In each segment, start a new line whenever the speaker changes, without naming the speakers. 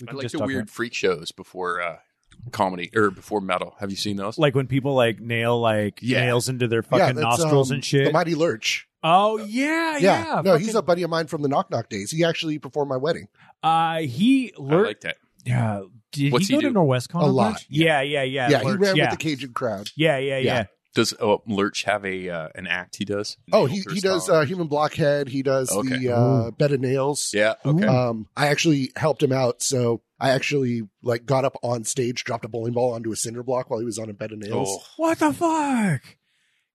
We
I
can
like
just
the
talk
weird
about-
freak shows before uh, comedy or before metal. Have you seen those?
like when people like nail like
Yeah.
nails into their fucking
that's,
nostrils
um,
and shit.
The Mighty Lurch.
oh yeah,
Yeah.
yeah.
no, he's a buddy of mine from the Knock Knock days. He actually performed my wedding.
uh, he
I
lurked.
like that.
yeah. Did
What's
he
he
go to
do?
Norwestcon
A
lot?
lot.
Yeah, yeah, yeah.
yeah, he
Lurch,
ran
yeah.
with the Cajun crowd.
yeah, yeah, yeah,
Yeah.
Does oh, Lurch have a uh, an act he does?
Oh, he,
Nails or
he does
style?
uh, Human Blockhead. He does
Okay.
the uh, Bed of Nails.
yeah. Okay.
Um, I actually helped him out. So I actually like got up on stage, dropped a bowling ball onto a cinder block while he was on a bed of nails.
Oh,
What the fuck?
Like,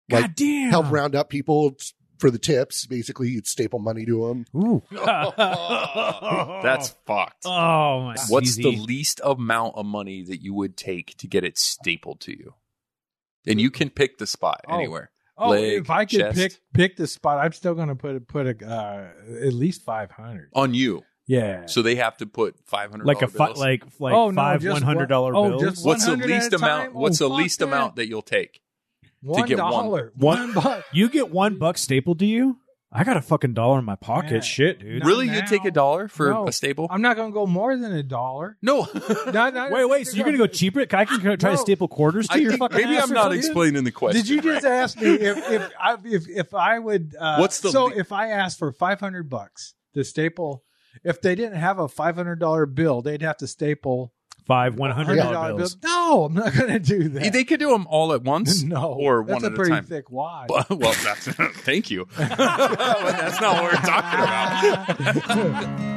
God damn.
Help round up people t- for the tips. Basically, you'd staple money to them.
Ooh.
that's fucked.
oh my.
What's
CZ.
the least amount of money that you would take to get it stapled to you? And you can pick the spot
Oh.
anywhere.
Oh,
Leg,
if I could
chest.
pick pick the spot, I'm still going to put put a uh, at least five hundred.
On you.
Yeah.
So they have to put five hundred.
like a fi-
bills.
like like
Oh, no,
five
just
one hundred dollar
one-
bills?
oh, just
What's the
100 at
least
a time?
amount? What's
Oh,
the
fuck
least
that.
amount that you'll take?
one
get one.
dollar.
One-
One buck.
you get one buck stapled to you. I got a fucking dollar in my pocket.
Yeah.
Shit, dude.
Not
really?
now.
You take a dollar for
No.
a staple?
I'm not going to go more than a dollar.
no.
No, no,
Wait, wait. So you're gonna go cheaper? I can co- try to
No.
staple quarters to
I
your
think-
fucking.
maybe
ass
I'm
or
not
something?
explaining the question.
Did you just
right.
ask me if if I if, if I would? Uh,
What's the
so
le-
if I asked for five hundred bucks to staple? If they didn't have a five hundred dollar bill, they'd have to staple
five one hundred dollar
$100
bills?
No, I'm not going to do that.
They could do them all at once.
no,
or
that's
one
a
at a
pretty
time.
thick wad.
But- well, that's, thank you. but that's not what we're talking about.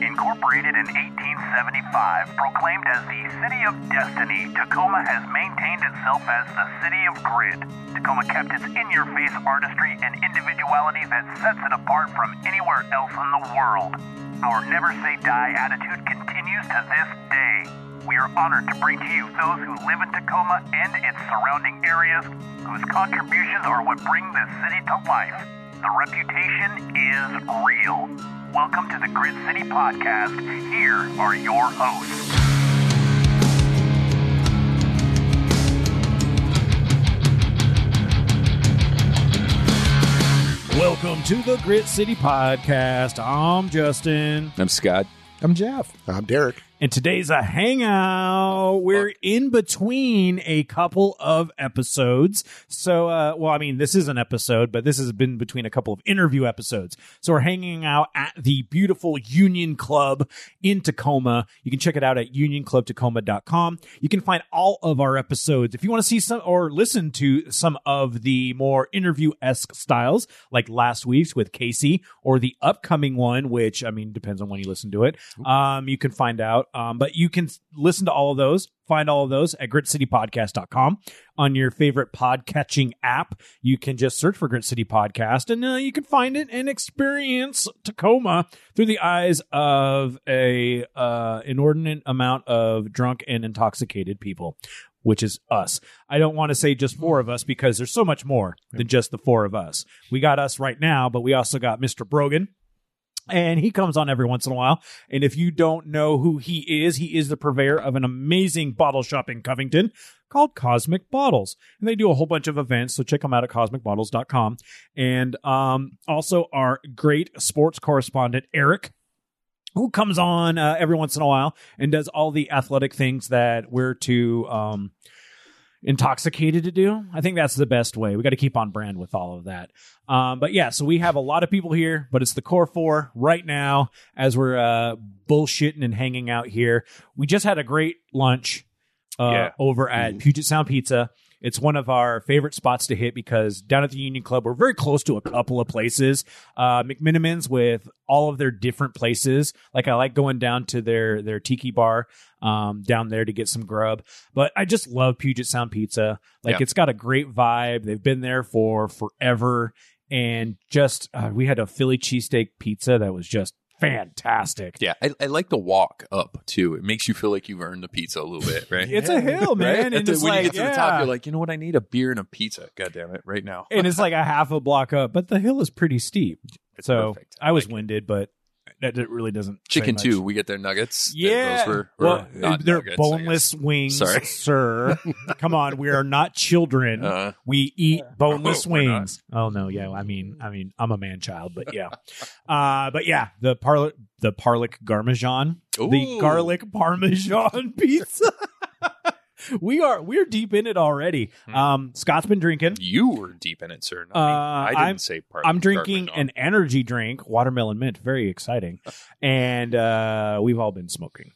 Incorporated in 1875, proclaimed as the City of Destiny, Tacoma has maintained itself as the City of Grit. Tacoma kept its in your face artistry and individuality that sets it apart from anywhere else in the world. Our never say die attitude continues to this day. We are honored to bring to you those who live in Tacoma and its surrounding areas, whose contributions are what bring this city to life. The reputation is real. Welcome to the Grid City Podcast. Here are your hosts.
Welcome to the Grit City Podcast. I'm Justin,
I'm Scott.
I'm Jeff.
I'm Derek.
and today's a hangout. We're in between a couple of episodes, so uh, well, I mean, this is an episode, but this has been between a couple of interview episodes. So we're hanging out at the beautiful Union Club in Tacoma. You can check it out at unionclubtacoma.com. You can find all of our episodes. If you want to see some or listen to some of the more interview esque styles, like last week's with Casey, or the upcoming one, which I mean depends on when you listen to it. Um, you can find out. Um, but you can s- listen to all of those, find all of those at gritcitypodcast.com on your favorite podcatching app. You can just search for Grit City Podcast and uh, you can find it and experience Tacoma through the eyes of a uh, inordinate amount of drunk and intoxicated people, which is us. I don't want to say just four of us because there's so much more than just the four of us. We got us right now, but we also got Mr. Brogan. And he comes on every once in a while. And if you don't know who he is, he is the purveyor of an amazing bottle shop in Covington called Cosmic Bottles. And they do a whole bunch of events. So check them out at cosmicbottles.com. And um, also our great sports correspondent, Eric. Who comes on uh, every once in a while and does all the athletic things that we're too um, intoxicated to do? I think that's the best way. We got to keep on brand with all of that. Um, but yeah, so we have a lot of people here, but it's the core four right now as we're uh, bullshitting and hanging out here. We just had a great lunch uh,
Yeah.
over at Puget Sound Pizza. It's one of our favorite spots to hit because down at the Union Club, we're very close to a couple of places. Uh, McMinimans with all of their different places. Like I like going down to their their tiki bar um, down there to get some grub. But I just love Puget Sound Pizza. Like
Yeah.
it's got a great vibe. They've been there for forever and just uh, we had a Philly cheesesteak pizza that was just fantastic.
Yeah, I, I like the walk up too. It makes you feel like you've earned the pizza a little bit, right?
It's a hill, man,
Right?
and
That's
it's
when
like
you get to
yeah.
the top, you're like, you know what? I need a beer and a pizza. God damn it, right now.
and it's like a half a block up, but the hill is pretty steep.
It's
so
perfect.
I was
like
winded, but that it really doesn't. say
Chicken
much.
too. We get their nuggets. Th-
Yeah,
those were, were
well,
not
they're
nuggets, I
boneless wings,
Sorry.
sir. Come on, we are not
guess.
children.
Uh,
We eat boneless
Oh, we're not.
wings. Oh no, yeah. I mean, I mean, I'm a man child, but yeah, uh, but yeah, the parla the parlic parmesan, the
Ooh.
garlic parmesan pizza. we are we're deep in it already.
Hmm.
Um, Scott's been drinking.
you were deep in it, sir. Not me.
Uh,
I didn't
I'm-
say part.
I'm drinking an energy drink, watermelon mint, very exciting, and uh, we've all been smoking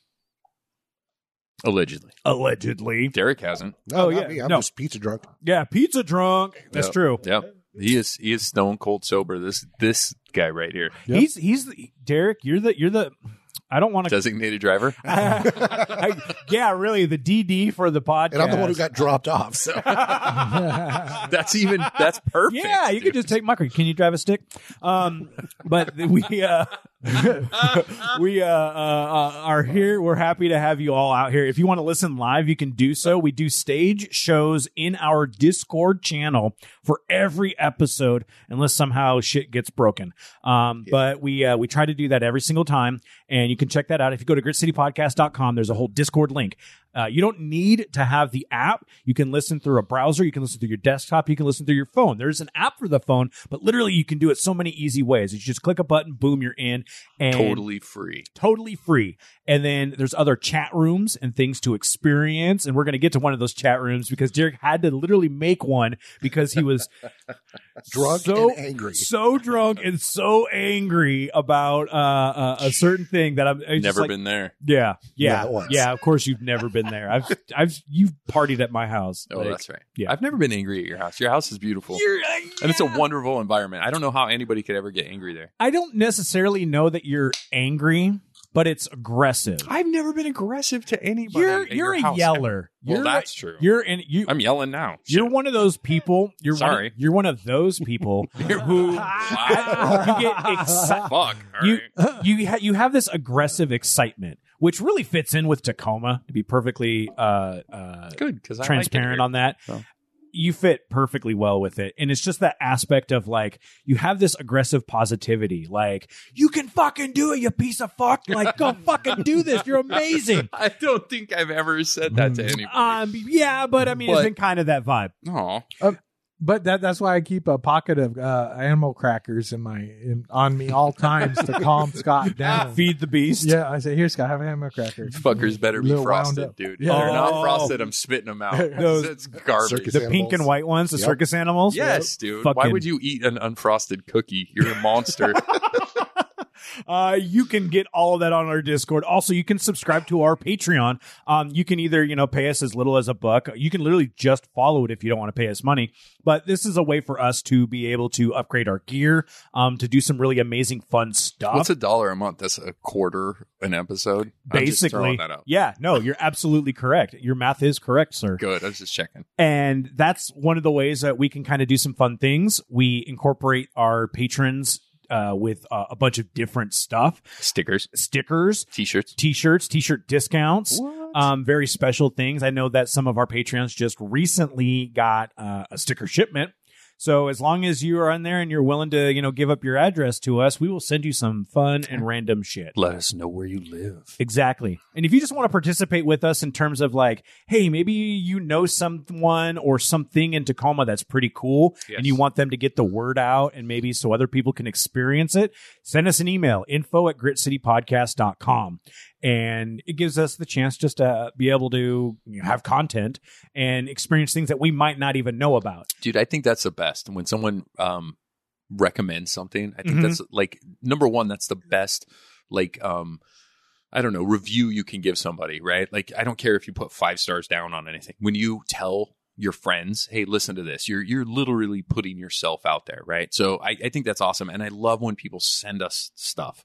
allegedly.
allegedly.
Derek hasn't.
No,
Oh,
not
yeah.
me. I'm
No.
just pizza drunk.
Yeah, pizza drunk. That's
Yep.
true.
Yep. He is he is stone cold sober. This this guy right here,
Yep.
He's he's the, Derek. You're the you're the. I don't want to.
designated driver.
yeah, really, the DD for the podcast.
And I'm the one who got dropped off. So
That's even that's perfect.
Yeah, you
dude.
could just take my car. Can you drive a stick? Um, but we uh, we uh, uh, uh, are here. We're happy to have you all out here. If you want to listen live, you can do so. We do stage shows in our Discord channel for every episode, unless somehow shit gets broken. Um, But we uh, we try to do that every single time, and you can check that out if you go to gritcitypodcast.com. There's a whole Discord link. Uh, you don't need to have the app. You can listen through a browser. You can listen through your desktop. You can listen through your phone. There's an app for the phone, but literally you can do it so many easy ways. You just click a button, boom, you're in, and
totally free.
totally free. And then there's other chat rooms and things to experience. And we're going to get to one of those chat rooms because Derek had to literally make one because he was
drunk
so
and angry.
so drunk and so angry about uh, uh, a certain thing that I'm it's just
Never
like,
been there.
Yeah, yeah,
Not once.
yeah. Of course, you've never been there. I've, I've, you've partied at my house.
Oh,
Like,
that's right.
yeah.
I've never been angry at your house. Your house is beautiful.
you're- uh,
And it's a wonderful environment. I don't know how anybody could ever get angry there.
I don't necessarily know that you're angry, but it's aggressive.
I've never been aggressive to anybody.
You're,
at
you're
your
a
house.
yeller.
Well,
you're,
that's true.
you're in you.
I'm yelling now.
You're one of those people. You're One
Sorry.
of, you're one of those people
You're-
who
Wow.
you get excited.
Fuck. All right.
You you ha- you have this aggressive excitement, which really fits in with Tacoma. To be perfectly uh, uh,
Good because
transparent on that.
So.
You fit perfectly well with it. And it's just that aspect of like, you have this aggressive positivity. Like, you can fucking do it, you piece of fuck. Like, go fucking do this. You're amazing.
I don't think I've ever said that to anybody.
Um, yeah, but I mean, it's
But-
been kind of that vibe.
no,
But that that's why I keep a pocket of uh, animal crackers in my in, on me all times to calm Scott down.
Feed the beast.
Yeah, I say here, Scott, have an animal cracker.
fuckers better be
Little
frosted,
wound up.
dude.
Yeah.
If they're not
Oh.
frosted, I'm spitting them out.
Those-
That's garbage.
Circus
The pink
Animals.
and white ones, the
Yep.
circus animals.
Yes, dude. Why
Fucking-
would you eat an unfrosted cookie? You're a monster.
Uh, you can get all of that on our Discord. Also, you can subscribe to our Patreon. Um, you can either, you know, pay us as little as a buck. You can literally just follow it if you don't want to pay us money. But this is a way for us to be able to upgrade our gear, um, to do some really amazing fun stuff.
What's a dollar a month? That's a quarter an episode. I'm just
Basically,
throwing that out.
yeah, no, you're absolutely correct. Your math is correct, sir.
Good. I was just checking.
And that's one of the ways that we can kind of do some fun things. We incorporate our patrons uh, with uh, a bunch of different stuff
Stickers,
stickers,
t-shirts.
t shirts, t shirt discounts.
What?
um, very special things. I know that some of our Patreons just recently got uh, a sticker shipment. So as long as you are on there and you're willing to, you know, give up your address to us, we will send you some fun and random shit.
Let us know where you live.
Exactly. And if you just want to participate with us in terms of like, hey, maybe you know someone or something in Tacoma that's pretty cool
Yes.
and you want them to get the word out and maybe so other people can experience it, send us an email, info at gritcitypodcast.com. And it gives us the chance just to be able to you know, have content and experience things that we might not even know about.
dude i think that's the best when someone um recommends something i think
Mhm.
that's like number one that's the best like um i don't know review you can give somebody right like i don't care if you put five stars down on anything when you tell your friends hey listen to this you're you're literally putting yourself out there right so i, I think that's awesome and i love when people send us stuff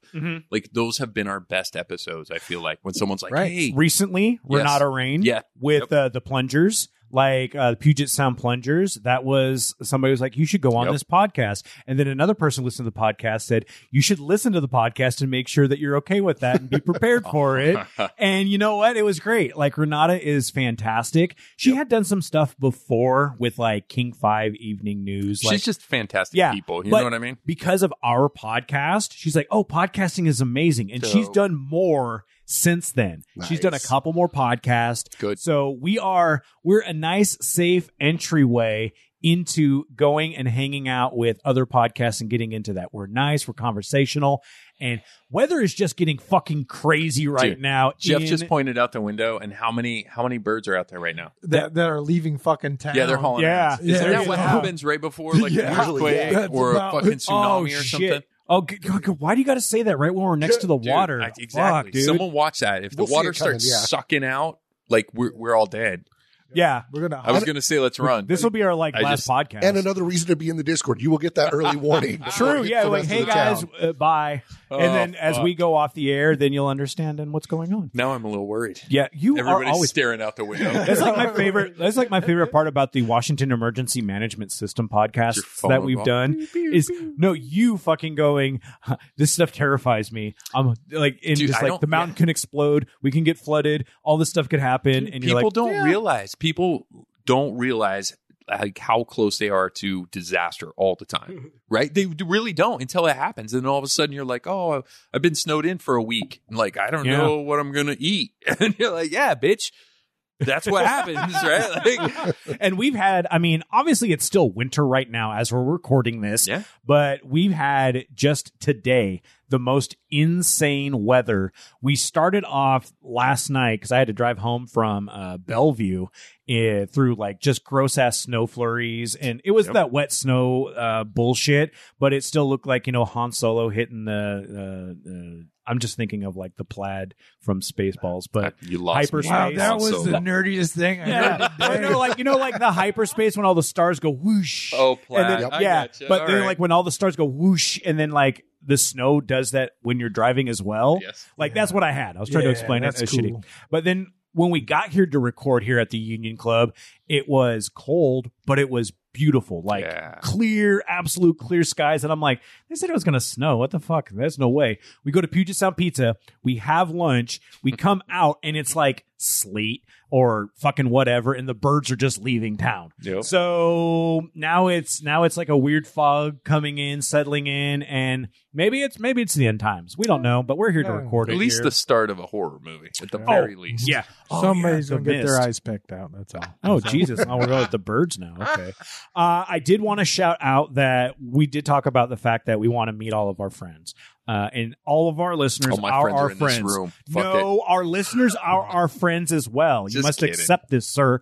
like those have been our best episodes i feel like when someone's like
Right.
hey
Recently,
Yes.
Renata Rain
Yeah.
with
Yep.
uh, the Plungers. like uh, Puget Sound Plungers. That was somebody was like, you should go on
Yep.
this podcast, and then another person listened to the podcast said you should listen to the podcast and make sure that you're okay with that and be prepared for it. And you know what? It was great. Like Renata is fantastic. She had done some stuff before with like King Five Evening News. like,
She's just fantastic
Yeah,
people. You
but-
know what I mean?
because of our podcast, she's like, "Oh, podcasting is amazing," and
So-
she's done more since then. She's done a
Nice.
couple more podcasts.
Good.
So we are we're a nice, safe entryway into going and hanging out with other podcasts and getting into that. We're nice. We're conversational, and weather is just getting fucking crazy right
Dude,
now.
Jeff
in-
just pointed out the window, and how many how many birds are out there right now?
that, that are leaving fucking town.
Yeah, they're hauling.
Yeah.
ass. Isn't
Yeah.
that what
Yeah.
happens right before like
Yeah.
an earthquake
Usually,
yeah.
or a
That's
fucking
Oh,
tsunami or
shit.
something?
Oh, g- g- g- why do you got to say that right when we're next to the
Dude,
water?
I- exactly.
Fuck, dude.
Someone watch that. If the
We'll see
water
it coming,
starts
yeah.
sucking out, like we're we're all dead.
yeah,
We're gonna.
I was gonna say let's run.
this will be our like
I
last
just-
podcast.
And another reason to be in the Discord. You will get that early warning. before it
True.
hits
Yeah.
the
Like,
rest
hey
of the
guys,
town.
uh, bye.
Oh,
and then as
fuck.
we go off the air, then you'll understand and what's going on.
now I'm a little worried.
Yeah, you are
Everybody's
always.
staring out the window.
that's like my favorite. That's like my favorite part about the Washington Emergency Management System
Your
podcast
phone
that
will
we've
go off.
done is no you fucking going. "Huh, This stuff terrifies me. I'm like in
Dude,
just
I
like
don't-
the mountain
yeah.
can explode. We can get flooded. All this stuff could happen. and
people
you're like,
don't
"Yeah."
realize people don't realize like how close they are to disaster all the time right they d- really don't until it happens and all of a sudden you're like oh I- i've been snowed in for a week and like i don't
Yeah.
know what i'm gonna eat and you're like yeah bitch that's what happens right like
and we've had i mean obviously it's still winter right now as we're recording this
Yeah.
but we've had just today the most insane weather we started off last night because i had to drive home from uh, bellevue eh, through like just gross ass snow flurries and it was
Yep.
that wet snow uh, bullshit but it still looked like you know han solo hitting the uh, uh, i'm just thinking of like the plaid from spaceballs but
you lost
hyperspace.
me.
Wow, that was
So-
the nerdiest thing I
yeah.
heard
I
today.
know, like you know, like the hyperspace when all the stars go whoosh.
oh
and
plaid.
then,
I
yeah,
gotcha.
but
All
then
right.
like when all the stars go whoosh, and then like the snow does that when you're driving as well.
yes
Like
Yeah.
that's what I had. I was trying to
Yeah,
explain it.
that's
It was shitty.
cool.
But then when we got here to record here at the Union Club, it was cold, but it was beautiful. Like
Yeah.
clear, absolute clear skies. And I'm like, they said it was going to snow. What the fuck? There's no way. We go to Puget Sound Pizza. We have lunch. We come out and it's like sleet or fucking whatever. And the birds are just leaving town.
Yep.
So now it's now it's like a weird fog coming in, settling in, and maybe it's maybe it's the end times. We don't know, but we're here to
Yeah.
record
at
it.
least
here.
the start of a horror movie at the
Yeah.
very
Oh,
least
yeah. Oh,
Somebody's
yeah,
gonna
the
get their
mist.
eyes picked out. That's all.
Oh
That's all.
Jesus! Oh, we're going with the birds now. Okay. Uh, I did want to shout out that we did talk about the fact that we want to meet all of our friends uh, and all of our listeners
oh my
are
friends
our
are in
friends.
this room Fuck it.
No, our listeners are our friends as well. You
Just
must
kidding.
accept this, sir.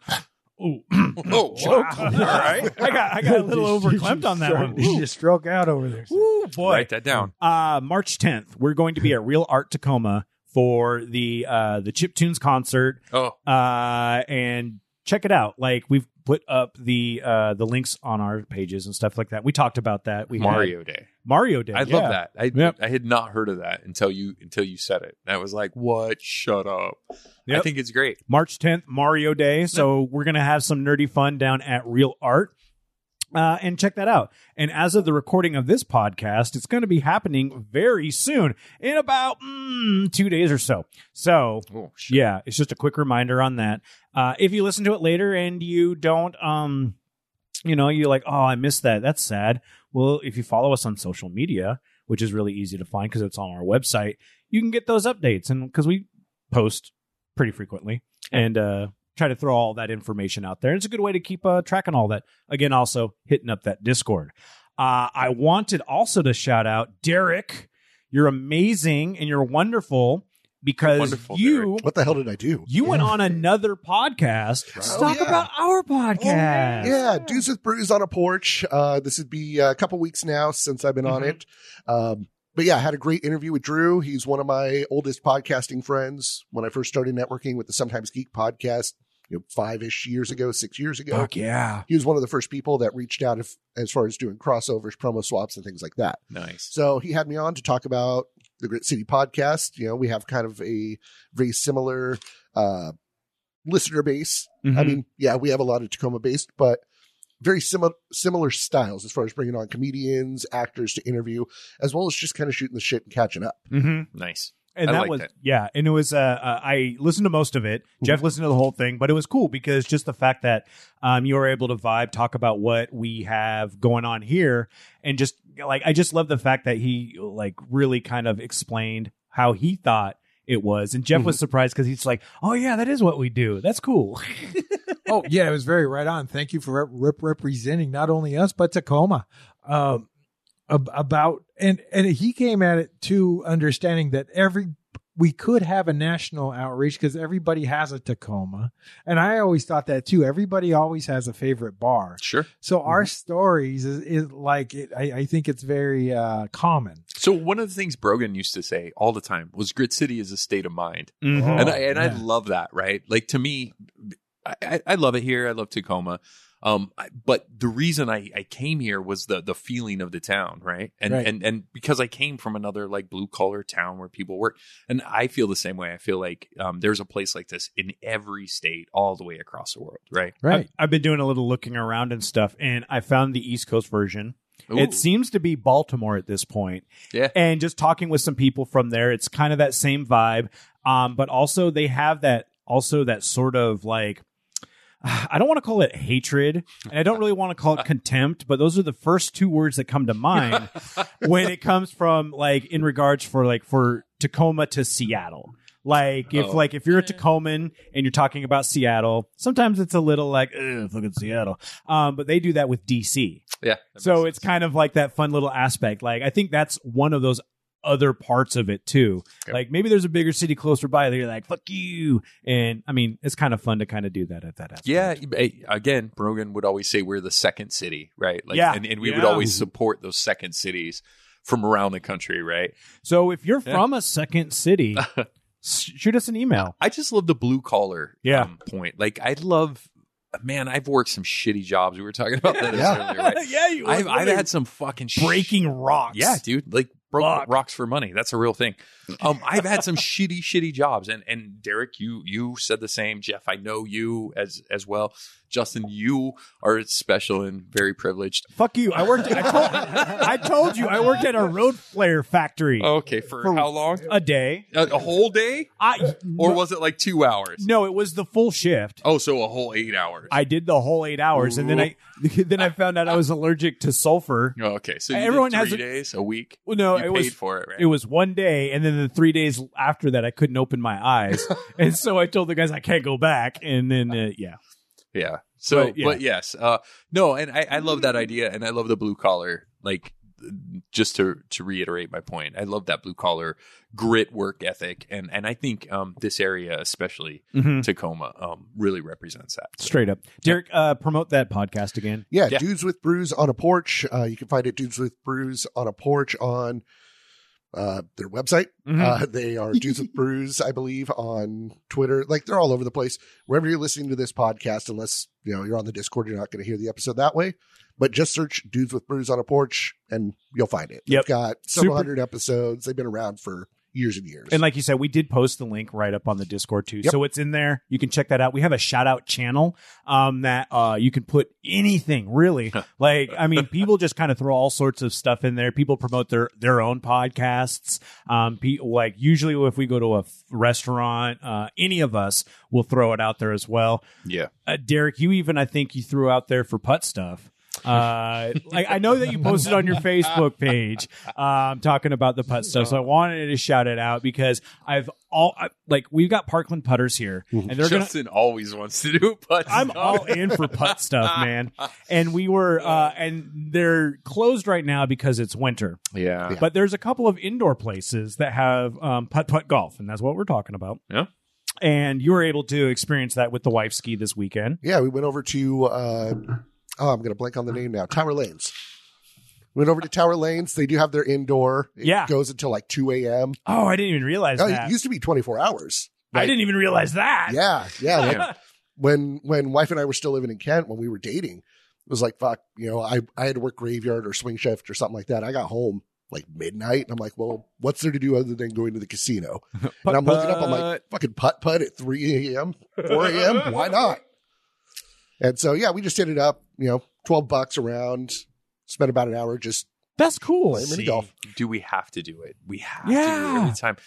Ooh.
Oh,
Wow.
all right.
I got I got a little
Did you-
overclamped on that
did
one.
You
Ooh.
just stroke out over there.
Ooh, boy.
Write that down.
Uh, March 10th, we're going to be at Real Art Tacoma for the uh, the Chiptunes concert
Oh,
uh, and check it out. Like we've put up the uh, the links on our pages and stuff like that. We talked about that. We had-
Mario Day.
Mario Day.
I
yeah.
love that. I
Yep.
I had not heard of that until you until you said it. And I was like, "What? Shut up!" I
Yep.
think it's great.
March 10th, Mario Day. So we're gonna have some nerdy fun down at Real Art. Uh, and check that out. And as of the recording of this podcast, it's going to be happening very soon in about mm, two days or so. So
Oh, shit.
Yeah, it's just a quick reminder on that. Uh, if you listen to it later and you don't, um, you know, you're like, oh, I missed that. That's sad. Well, if you follow us on social media, which is really easy to find because it's on our website, you can get those updates. And because we post pretty frequently and uh, try to throw all that information out there, it's a good way to keep uh, track on all that. Again, also hitting up that Discord. Uh, I wanted also to shout out Derek. You're amazing and you're wonderful because
Wonderful,
you
Derek.
What the hell did I do?
you went on another podcast to
Oh,
talk
yeah.
about our podcast.
Yeah, Dudes with Brews on a Porch. Uh, this would be a couple weeks now since I've been on
Mhm.
it. Um, but yeah, I had a great interview with Drew. He's one of my oldest podcasting friends. When I first started networking with the Sometimes Geek podcast, you know, five ish years ago, six years ago,
Fuck yeah.
he was one of the first people that reached out if, as far as doing crossovers, promo swaps, and things like that.
nice.
So he had me on to talk about the Grit City podcast. You know, we have kind of a very similar uh, listener base. I
Mm-hmm.
Mhm.
mean, yeah, we have a lot of Tacoma based, but very similar similar styles as far as bringing on comedians, actors to interview, as well as just kind of shooting the shit and catching up.
Mhm.
Nice.
and
Mm-hmm. I
that
liked
was
it.
yeah and it was uh, uh i listened to most of it
Mm-hmm.
jeff listened to the whole thing but it was cool because just the fact that um you were able to vibe talk about what we have going on here and just like i just love the fact that he like really kind of explained how he thought it was and jeff
Mm-hmm.
was surprised because he's like oh yeah that is what we do that's cool
oh yeah, it was very right on. Thank you for rep- rep- representing not only us but Tacoma. Um, ab- about and and he came at it too, understanding that every we could have a national outreach because everybody has a Tacoma, and I always thought that too. Everybody always has a favorite bar,
Sure.
so
Mm-hmm.
our stories is, is like it, I, I think it's very uh, common.
So one of the things Brogan used to say all the time was Grid City is a state of mind. Mm-hmm.
Oh,
and
Oh,
I and I
yeah.
love that, right? Like to me, I- I, I love it here. I love Tacoma. Um, I- but the reason I, I came here was the the feeling of the town, right? And
Right.
and and because I came from another like blue collar town where people work, and I feel the same way. I feel like um, there's a place like this in every state, all the way across the world, right?
Right.
I've, I've been doing a little looking around and stuff and i found the east coast version
Ooh.
It seems to be Baltimore at this point.
Yeah.
And just talking with some people from there, it's kind of that same vibe. Um, but also they have that also that sort of like I don't want to call it hatred, and I don't really want to call it contempt, but those are the first two words that come to mind when it comes from like in regards for like for Tacoma to Seattle. Like if
Oh.
like if you're a Tacoman and you're talking about Seattle, sometimes it's a little like Ugh, fucking Seattle. Um, but they do that with DC
yeah. that
so
makes
it's kind of like that fun little aspect like i think that's one of those other parts of it too
Okay.
like maybe there's a bigger city closer by that you're like fuck you and i mean it's kind of fun to kind of do that at that aspect.
Yeah, eh, again, Brogan would always say we're the second city, right? Like,
Yeah.
and, and we would
Yeah.
always support those second cities from around the country, right?
so if you're
Yeah.
from a second city s- shoot us an email
I just love the blue collar
Yeah.
um, point. Like, I love, man, I've worked some shitty jobs. We were talking about that earlier, right?
yeah you
I've, I've
really
had some fucking sh-
breaking rocks
Yeah, dude, like broke
Fuck.
rocks for money. That's a real thing. Um, I've had some shitty, shitty jobs, and and Derek, you you said the same. Jeff, I know you as as well. Justin, you are special and very privileged.
fuck you i worked I told, I told you i worked at a road flare factory
Okay, for,
For-
how long?
a day
A, a whole day,
i
or
no,
was it like two hours?
no it was the full shift
Oh, so a whole eight hours.
I did the whole eight hours, and then I then I found out I was allergic to sulfur.
Oh, okay, so you everyone
Everyone
did
has
three
a-
days a week.
Well, no,
you
it
paid
was
for it, right?
it was one day, and then the three days after that, I couldn't open my eyes, and so I told the guys I can't go back, and then uh, yeah,
yeah. So,
But,
but,
yeah.
yes, uh, no, and I, I love that idea, and I love the blue collar. Like, just to to reiterate my point, I love that blue collar grit work ethic, and and I think um, this area, especially
Hmm.
Tacoma, um, really represents that.
straight up, Derek, uh, promote that podcast again.
Yeah,
Yeah.
Dudes with Brews on a Porch. Uh, you can find it Dudes with Brews on a Porch on uh, their website.
Hmm.
Mm-hmm.
Uh, they are Dudes with Brews, I believe, on Twitter. Like they're all over the place. Wherever you're listening to this podcast, unless you know you're on the Discord, you're not going to hear the episode that way. But just search Dudes with Brews on a Porch, and you'll find it.
Yep.
They've got
Super-
several hundred episodes. They've been around for years and years.
And like you said, we did post the link right up on the Discord too.
Yep.
So it's in there. You can check that out. We have a shout out channel um, that uh, you can put anything really. like, I mean, people just kind of throw all sorts of stuff in there. People promote their their own podcasts. Um, pe- like usually if we go to a f- restaurant, uh, any of us will throw it out there as well.
Yeah.
Uh, Derek, you even I think you threw out there for putt stuff. Uh, like I know that you posted on your Facebook page, um, talking about the putt stuff. So I wanted to shout it out because I've all I, like we've got Parkland putters here,
Mm-hmm.
and they're gonna.
Justin always wants to do putts.
I'm all in for putt stuff, man. And we were, uh, and they're closed right now because it's winter.
yeah.
But there's a couple of indoor places that have um, putt putt golf, and that's what we're talking about.
Yeah.
And you were able to experience that with the wife ski this weekend.
Yeah, we went over to uh oh, I'm gonna blank on the name now. Tower Lanes. Went over to Tower Lanes. They do have their indoor. It
Yeah.
goes until like two a.m.
Oh, I didn't even realize
Oh,
that.
it used to be twenty four hours.
I didn't even realize that.
Yeah, yeah.
Yeah.
Like, when when wife and I were still living in Kent when we were dating, it was like fuck. You know, I I had to work graveyard or swing shift or something like that. I got home like midnight. And I'm like, well, what's there to do other than going to the casino? and I'm looking up, I'm like, fucking putt putt at 3 a.m., 4 a.m. Why not? And so, yeah, we just hit it up, you know, 12 bucks around, spent about an hour just
That's cool.
playing mini
See,
golf.
Do we have to do it? We have to do
Yeah.
it every time.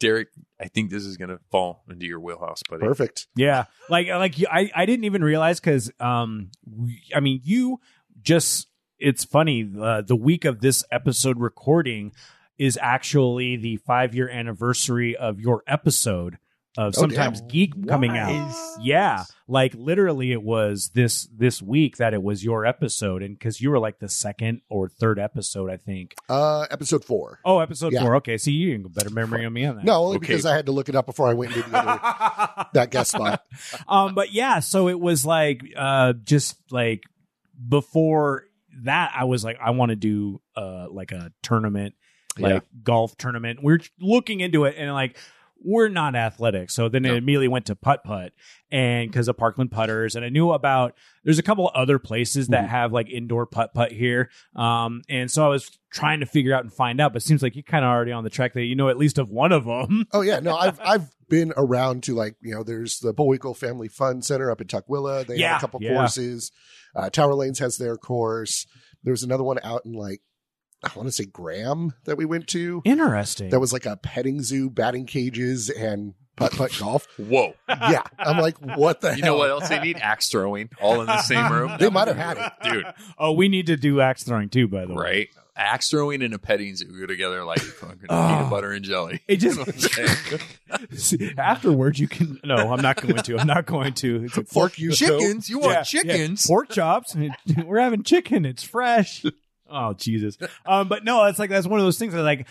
Derek, I think this is going to fall into your wheelhouse, buddy.
Perfect.
Yeah, like like you- I I didn't even realize because um we- I mean you just it's funny uh, the week of this episode recording is actually the five year anniversary of your episode of
Oh,
sometimes geek coming out.
Nice.
Yeah, like literally it was this this week that it was your episode and because you were like the second or third episode I think.
Uh, episode four.
Oh, episode
Yeah.
four. Okay, see you have a better memory on me on that.
No, only
Okay.
because I had to look it up before I went into the other, that guest spot.
um but yeah so it was like uh just like before that i was like i want to do uh like a tournament like golf tournament we're looking into it and like we're not athletic so then
No.
it immediately went to putt putt and because of parkland putters and i knew about there's a couple other places that have like indoor putt putt here um and so i was trying to figure out and find out but it seems like you're kind of already on the track that you know at least of one of them
Oh yeah, no, I've I've been around to like you know, there's the Bullwinkle Family Fun Center up in Tukwila. They have
Yeah,
a couple
yeah.
courses. Uh, Tower Lanes has their course. There's another one out in like I want to say Graham that we went to.
interesting
That was like a petting zoo, batting cages, and putt putt golf.
Whoa.
Yeah, I'm like, what the
You
hell?
know what else they need? Axe throwing all in the same room.
They might have had it.
Dude,
oh we need to do axe throwing too by the way
right? Axe throwing and a petting zoo go together like fucking
Oh.
peanut butter and jelly.
It
You know what I'm saying?
just afterwards you can. No, I'm not going to. I'm not going to. It's a
Fuck you.
chickens. You want
Yeah, yeah.
chickens?
pork chops. And it- we're having chicken. It's fresh. Oh Jesus. Um, but no, it's like that's one of those things that like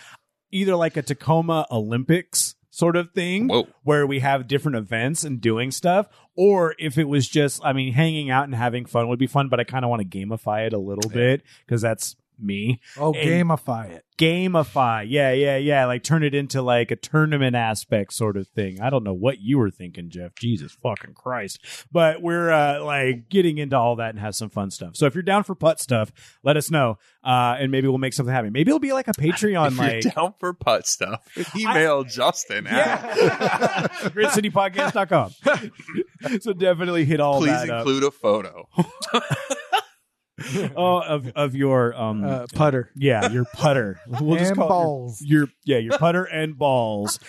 either like a Tacoma Olympics sort of thing
Whoa.
where we have different events and doing stuff, or if it was just, I mean, hanging out and having fun would be fun. But I kind of want to gamify it a little bit because that's me
Oh,
And-
gamify it.
gamify. Yeah, yeah, yeah. Like turn it into like a tournament aspect sort of thing. I don't know what you were thinking, Jeff. Jesus fucking Christ. But we're uh, like getting into all that and have some fun stuff. So if you're down for putt stuff, let us know. Uh, and maybe we'll make something happen. Maybe it'll be like a Patreon
if
like
you're down for putt stuff, email Justin. at-
yeah. GridCityPodcast.com. so definitely hit all
Please
that up.
include a photo.
Oh, of of your um
Uh, putter.
yeah, your putter. We'll just
And
call it your-
balls.
your yeah your putter and balls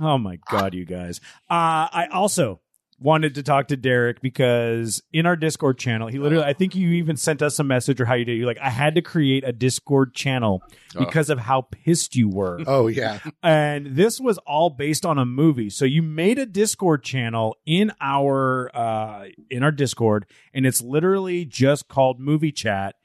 oh my god you guys uh i also wanted to talk to derek because in our discord channel he literally i think you even sent us a message or how you did you like i had to create a discord channel because of how pissed you were
Oh yeah,
and this was all based on a movie so you made a discord channel in our uh in our discord and it's literally just called movie chat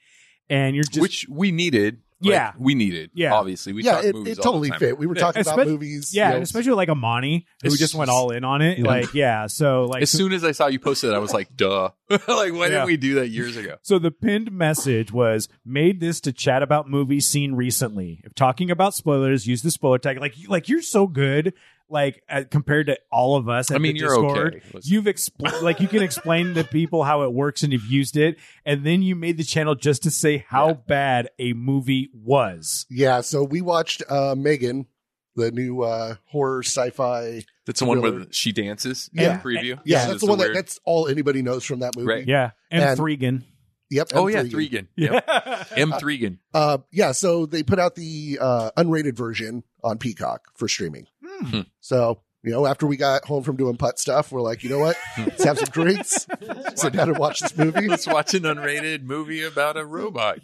and you're just
which we needed. Like,
Yeah.
we needed.
Yeah.
obviously we
yeah,
talk
it,
movies
it
all the
totally
time.
fit. We were talking about
Espec-
movies.
Yeah,
you know,
and especially like Amani, who
As-
just went all in on it.
Yeah.
Like, yeah, so like
As soon as I saw you posted that, I was like, "Duh!" like, why
Yeah.
didn't we do that years ago?
so the pinned message was made this to chat about movies seen recently. If talking about spoilers, use the spoiler tag. Like, you- like you're so good. Like at, compared to all of us, at
I mean,
the
you're
Discord,
okay. Listen.
You've explained, like you can explain to people how it works, and you've used it, and then you made the channel just to say how bad a movie was.
Yeah, so we watched uh Megan, the new uh horror sci-fi.
That's the one where
Really?
she dances. in
Yeah.
the preview.
Yeah,
It's
that's
just
the one
a
that
weird-
that's all anybody knows from that movie.
Right.
Yeah, and,
And-
Threegan.
Yep.
Oh
M3.
yeah, Threegan. Yep.
Yeah.
M Threegan.
Uh yeah, so they put out the uh unrated version on Peacock for streaming.
Hmm.
So, you know, after we got home from doing putt stuff, we're like, you know what?
Hmm.
Let's have some drinks. Sit down and watch this movie.
Let's watch an unrated movie about a robot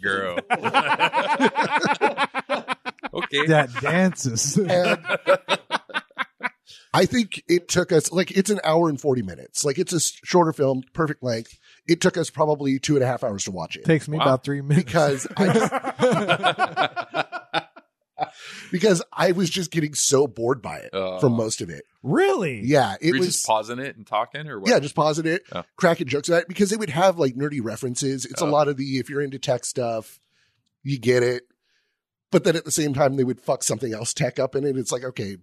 girl. okay.
That dances.
And I think it took us like it's an hour and forty minutes. Like it's a s- shorter film, perfect length. It took us probably two and a half hours to watch it.
Takes me
Wow.
about three minutes.
because I because I was just getting so bored by it
Uh,
from most of it.
really?
Yeah, it
We're
was.
just pausing it and talking, or what?
yeah, just pausing it,
Oh.
cracking jokes about it because they would have like nerdy references. It's a
Oh.
lot of the if you're into tech stuff, you get it. But then at the same time, they would fuck something else tech up in it. It's like okay.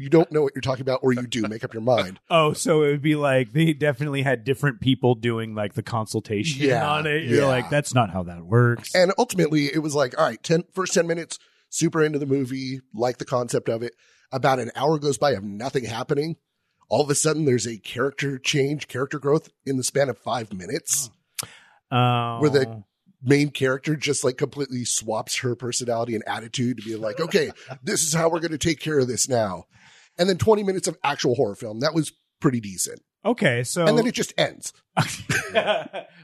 You don't know what you're talking about, or you do. Make up your mind.
Oh, so it would be like they definitely had different people doing like the consultation
Yeah,
on it. You're
yeah.
like, that's not how that works.
And ultimately, it was like, all right, ten, first 10 minutes, super into the movie, like the concept of it. About an hour goes by of nothing happening. All of a sudden, there's a character change, character growth in the span of five minutes.
Oh.
Where the- Main character just like completely swaps her personality and attitude to be like, okay, this is how we're going to take care of this now. And then 20 minutes of actual horror film. That was pretty decent.
okay, so
And then it just ends.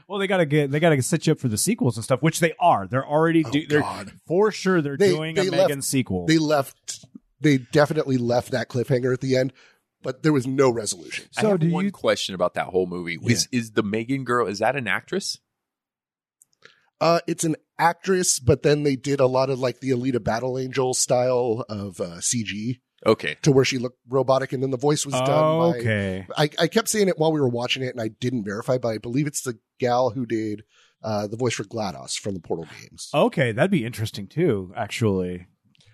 well, they gotta get they gotta set you up for the sequels and stuff, which they are. They're already
Oh,
do, they're
God.
for sure. They're
They-
doing
they
a
left-
Megan sequel.
They left, they definitely left that cliffhanger at the end, but there was no resolution.
I
So
have
do
one
you?
question about that whole movie. Is is the Megan girl? Is that an actress?
Uh, it's an actress, but then they did a lot of like the Alita Battle Angel style of uh, CG
Okay,
to where she looked robotic, and then the voice was done. By,
okay,
I, I kept saying it while we were watching it, and I didn't verify, but I believe it's the gal who did uh, the voice for GLaDOS from the Portal games.
okay, that'd be interesting too. Actually,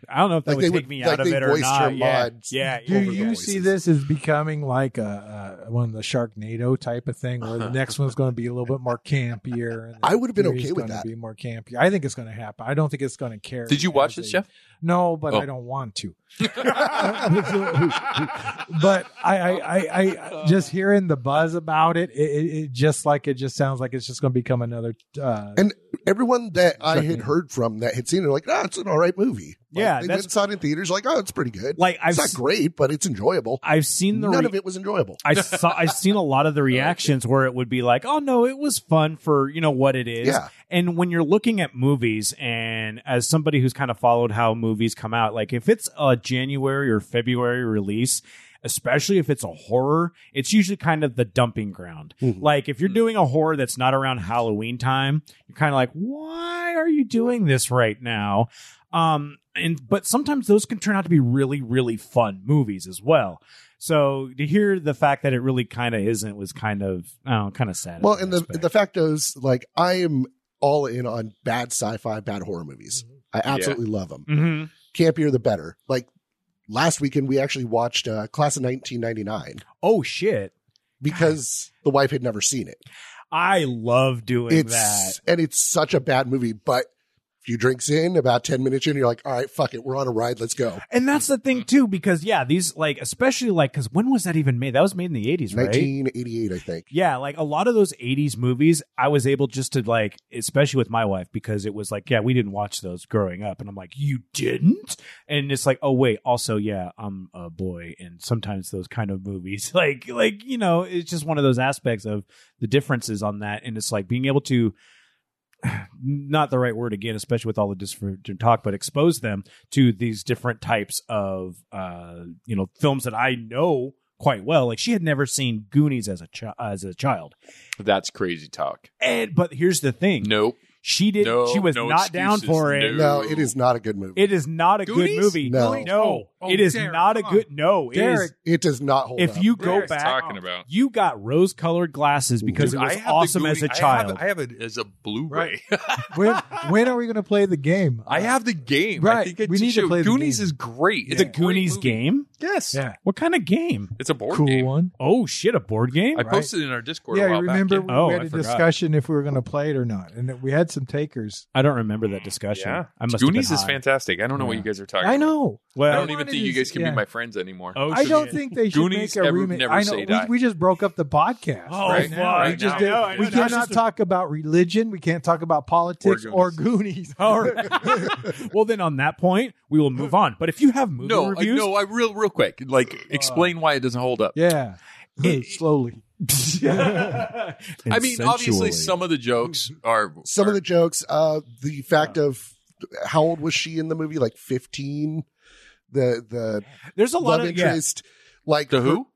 I don't know if that
Like
would
they
take
would-
me
like
out of
they
it or
voiced
not.
her
yeah,
mods
yeah.
Do
over the
you see
voices.
this as becoming like a, a one of the Sharknado type of thing, where the next one's going to be a little bit more campier? And the
I would've been
three's
okay with
gonna
that.
Be more campier. I think it's going to happen. I don't think it's going to carry.
did you watch
as
this,
a-
Jeff?
No, but
Oh.
I don't want to. but I, I, I, I just hearing the buzz about it, it, it, it just like it just sounds like it's just going to become another. Uh,
And Everyone that I
Exactly.
had heard from that had seen it, like, ah, it's an all right movie. Like,
Yeah,
they
that's-
went and saw it in theaters, like, oh, it's pretty good.
Like I've
it's not
s-
great, but it's enjoyable.
I've seen the
None
re-
of it was enjoyable.
I saw I've seen a lot of the reactions where it would be like, "Oh no, it was fun for you know what it is."
Yeah.
And when you're looking at movies, and as somebody who's kind of followed how movies come out, like if it's a January or February release. Especially if it's a horror, it's usually kind of the dumping ground.
Mhm.
Like if you're doing a horror that's not around Halloween time, you're kind of like, why are you doing this right now? Um, and but sometimes those can turn out to be really, really fun movies as well. So to hear the fact that it really kind of isn't was kind of oh, kind of sad.
Well,
in
and
that
the
aspect.
the fact is, like, I am all in on bad sci-fi, bad horror movies.
Mm-hmm.
I absolutely love 'em. love
Mhm.
them. Campier the better. Like last weekend, we actually watched uh, Class of 1999
oh shit,
because the wife had never seen it.
I love doing
It's
that.
and it's such a bad movie, but. a Few drinks in, about ten minutes in, you're like, "All right, fuck it, we're on a ride, let's go."
And that's the thing too, because yeah, these like especially like because when was that even made? That was made in the eighties, right?
1988, I think.
Yeah, like a lot of those 80s movies, I was able just to like, especially with my wife, because it was like, yeah, we didn't watch those growing up. And I'm like, you didn't? And it's like, oh, wait, also, yeah, I'm a boy. And sometimes those kind of movies, like, like, you know, it's just one of those aspects of the differences on that. And it's like being able to, not the right word again, especially with all the different talk, but expose them to these different types of, uh, you know, films that I know quite well. Like she had never seen Goonies as a chi- as a child.
That's crazy talk.
And but here's the thing,
Nope.
she did.
No,
not she was
no
not down
excuses.
for it.
No.
No, it is not a good movie.
It is not a
Goonies?
good movie. no,
No. Goonies?
Oh,
it is
Derek,
not a
come
good. No, it is-
Derek.
It does not hold
If
up.
you go
Derek's
back,
talking about?
you got rose colored glasses because
Dude,
it was
I have the
awesome
Goonies-
as a
I have-
child.
I have, it as a Blu-ray.
when, when are we going to play the game? Uh,
I have the game. I
Right.
think it
We need to
should-
play the
Goonies
game.
is great. It's
the
a great
Goonies
movie.
game.
Yes.
yeah,
What kind of game?
It's a board
cool
game.
one.
Oh shit, a board game.
I
Right.
posted it in our Discord.
Yeah,
a
you
while
remember
Back.
we
Oh,
had
I
a
forgot.
discussion if we were going to play it or not, and we had some takers.
I don't remember that discussion.
Yeah.
I must
Goonies
have
is
been high.
fantastic. I don't know what
Yeah.
you guys are talking.
I
About.
know.
I
Well,
don't even
wanted
think you
to-
guys can
yeah.
be my friends anymore.
oh,
I don't
shit.
think they should
Goonies
make a
ever-
remake.
never
I know
say
we,
die.
we just broke up the podcast.
Oh,
right
fuck,
now.
right
we just
now.
did-
No, I
we
know, that's
cannot
just a-
talk about religion. We can't talk about politics
Or
or Goonies.
All right. well, then on that point, we will move on. But if you have movie
No, I,
reviews,
no, I real real quick. Like, explain why it doesn't hold up.
yeah, slowly.
I mean, obviously, some of the jokes are
some
are-
of the jokes, uh, the fact of how old was she in the movie? Like 15. The the
there's a lot
love
of yeah.
interest, like
the who?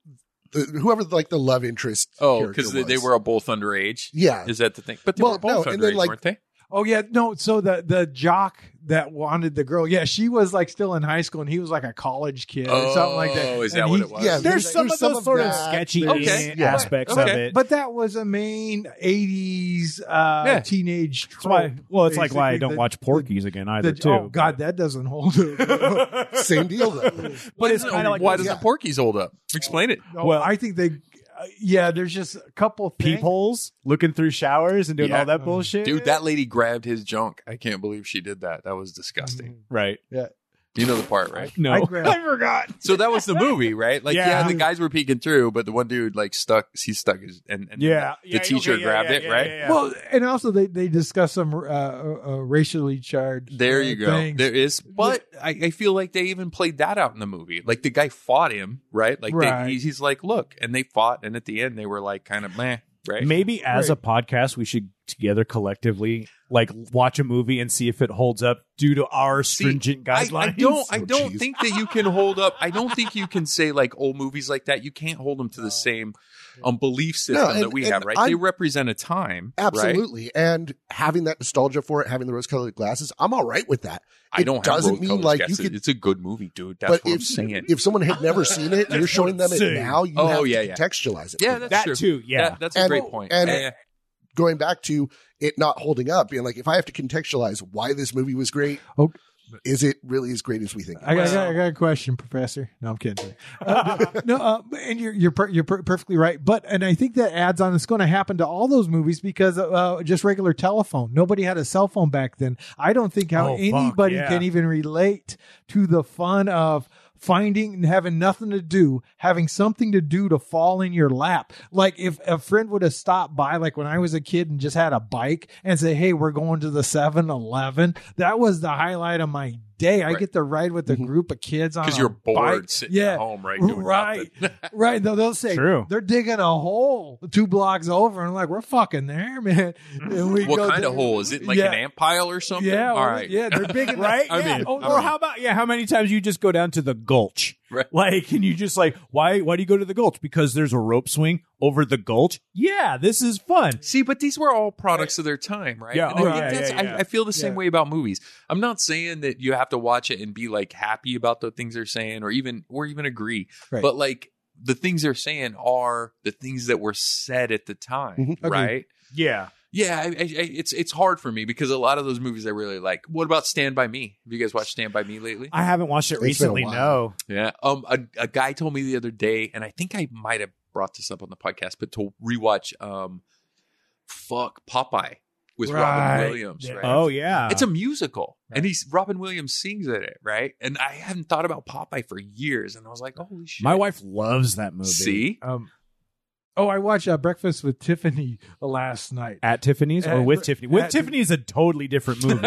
her- the- whoever like the love interest.
Oh,
character
because they,
was.
they were all both underage.
yeah.
Is that the thing? But they
Well,
were both
no,
underage,
and then, like-
weren't they?
Oh yeah, no. So the the jock that wanted the girl, yeah, she was like still in high school, and he was like a college kid or something like that.
Oh, is
And
that what
he-
it was?
Yeah,
there's, some
there's
of
some
those
of
sort of
that.
sketchy
Okay.
Yeah.
aspects
Okay.
of it.
But that was a main '80s uh,
Yeah.
teenage
That's
trope.
why, well, it's like why I
basically.
don't
The-
watch Porky's again either,
the,
too.
Oh God, that doesn't hold up.
but
Same deal though.
it's kind of like
why doesn't
Yeah.
Porky's hold up? Explain it.
No,
Well-
I think they. uh, yeah, there's just a couple things.
Peepholes looking through showers and doing
Yeah.
all that bullshit.
Dude, that lady grabbed his junk. I can't believe she did that. That was
Mm.
disgusting.
Right.
You know the part, right?
No.
I grabbed-
I forgot.
So that was the movie, right? Like, yeah.
Yeah.
the guys were peeking through, but the one dude like stuck. He stuck his and, and
Yeah.
The teacher grabbed it, right?
Well, and also they they discuss some uh, uh, uh, racially charged.
There
uh,
you go.
things.
There is, but I, I feel like they even played that out in the movie. Like the guy fought him, right? Like
Right.
They, he's, he's like, look, and they fought, and at the end they were like, kind of meh, right?
Maybe as
Right.
a podcast, we should together collectively like watch a movie and see if it holds up due to our stringent
I,
guidelines.
I don't. I
Oh,
don't
geez.
think that you can hold up. I don't think you can say like old movies like that. You can't hold them to the same um, belief system
No, and-
that we
and
have, right?
I'm-
they represent a time, right?
Absolutely. And having that nostalgia for it, having the rose colored glasses, I'm all right with that.
I
It
don't have
doesn't
road
mean,
colors
like, you
guesses.
could-
it's a good movie, dude. That's
but
what
if,
I'm saying.
if someone had never seen it,
what
you're showing
I'm
them it
saying.
now, you
Oh,
have
yeah,
to
yeah.
contextualize it.
yeah, that's
that
true.
too. Yeah.
That- that's a
And-
great point.
and-
Yeah, yeah.
Going back to it not holding up, being like, if I have to contextualize why this movie was great,
Oh.
is it really as great as we think? it
I got, I, got,
Wow.
I got a question, Professor. No, I'm kidding. Uh, no, uh, and you're you're per, you're per, perfectly right. But and I think that adds on. It's going to happen to all those movies because uh, just regular telephone. Nobody had a cell phone back then. I don't think how
Oh, fuck,
anybody
yeah.
can even relate to the fun of finding and having nothing to do, having something to do to fall in your lap. Like if a friend would have stopped by, like when I was a kid and just had a bike and say, Hey, we're going to the 7 Eleven. That was the highlight of my day. I
Right.
get to ride with a group of kids on
because
a
you're bored
bike.
sitting
Uh, yeah.
at home, right? Doing
Right,
nothing.
right. They'll, they'll say
True.
they're digging a hole two blocks over, and I'm like, "We're fucking there, man." And we
what
go
kind
there.
of hole is it? Like an
yeah.
ant pile or something?
Yeah,
all
well,
right.
Yeah, they're big enough.
Right?
I
yeah.
mean,
Oh,
I
or
mean-
how about yeah, how many times you just go down to the gulch?
Right.
Like, and you just like, why why do you go to the gulch? Because there's a rope swing over the gulch. Yeah, this is fun.
See, but these were all products of their time, right?
Yeah,
And I,
oh,
think
yeah,
that's-
yeah, yeah.
I, I feel the same
Yeah.
way about movies. I'm not saying that you have to watch it and be like happy about the things they're saying, or even or even agree.
Right.
But like the things they're saying are the things that were said at the time,
Mhm.
Mm-hmm,
Agreed.
right?
Yeah.
Yeah, I, I, I, it's it's hard for me because a lot of those movies I really like. What about Stand by Me? Have you guys watched Stand by Me lately?
I haven't watched it
It's been a
recently,
while.
no.
Yeah. Um. A, a guy told me the other day, and I think I might have brought this up on the podcast, but to rewatch, um, fuck Popeye with
Right.
Robin Williams. Right.
Oh yeah.
It's a musical, and he's Robin Williams sings in it, right? And I hadn't thought about Popeye for years, and I was like, holy shit!
my wife loves that movie.
see,
Um, oh, I watched uh, Breakfast with Tiffany last night.
At Tiffany's or
At-
with Tiffany? With
at-
Tiffany is a totally different movie.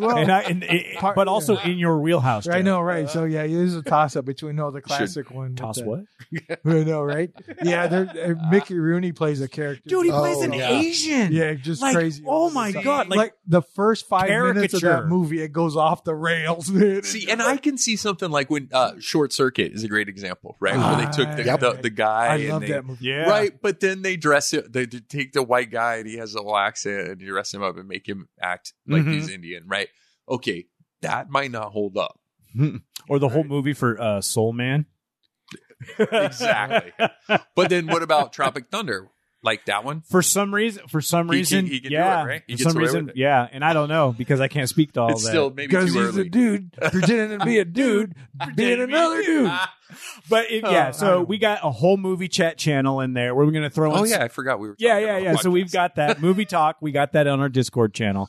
Well,
and I, and it,
Part-
but also in your wheelhouse.
I
Jeff.
know, right? So yeah, it is a toss up between no the classic one. with
Toss
the-
what?
I know, right? Yeah, they're, uh, Mickey Rooney plays a character.
Dude, he
Oh,
plays an
yeah.
Asian.
yeah, just
like,
crazy.
oh my
See?
god!
Like,
Like,
the first five minutes of that
Caricature.
movie, it goes off the rails, man.
see, and I can see something like when uh, Short Circuit is a great example, right? Where they took the
Ah,
the,
yep.
the guy,
I
and
love
they,
that movie.
yeah,
Right, but then they dress it. They d- take the white guy and he has a little accent, and you dress him up and make him act like
Mhm.
he's Indian. Right? Okay, that might not hold up.
Or the whole movie for uh, Soul Man.
Exactly. But then what about Tropic Thunder? Like that one?
For some reason, for some
He can-
reason,
he can do
yeah.
it, right? He
For
gets
some
away
reason,
with it.
yeah. And I don't know because I can't speak to all
it's
that.
still maybe
Because
too
he's
early.
a dude pretending to be a dude, being another dude.
but it, yeah,
Oh, I
so
don't-
we got a whole movie chat channel in there where we're gonna throw.
Oh
in
yeah, I forgot we were.
Yeah,
talking
yeah,
about
yeah. So we've
podcasts.
got that movie talk. We got that on our Discord channel.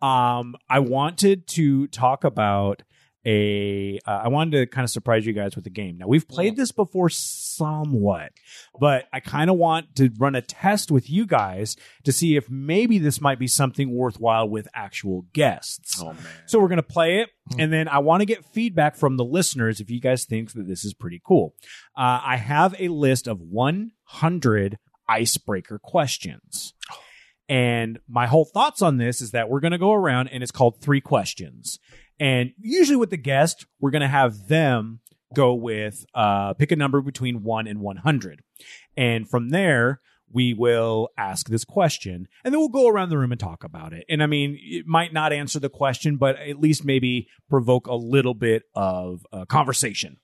Um, I wanted to talk about a. Uh, I wanted to kind of surprise you guys with a game. Now we've played this before somewhat, but I kind of want to run a test with you guys to see if maybe this might be something worthwhile with actual guests.
Oh man.
So we're going to play it, and then I want to get feedback from the listeners if you guys think that this is pretty cool. Uh, I have a list of 100 icebreaker questions. And my whole thoughts on this is that we're going to go around and it's called three questions. And usually with the guest, we're going to have them go with uh, pick a number between 1 and 100. And from there, we will ask this question and then we'll go around the room and talk about it. And I mean, it might not answer the question, but at least maybe provoke a little bit of uh, conversation.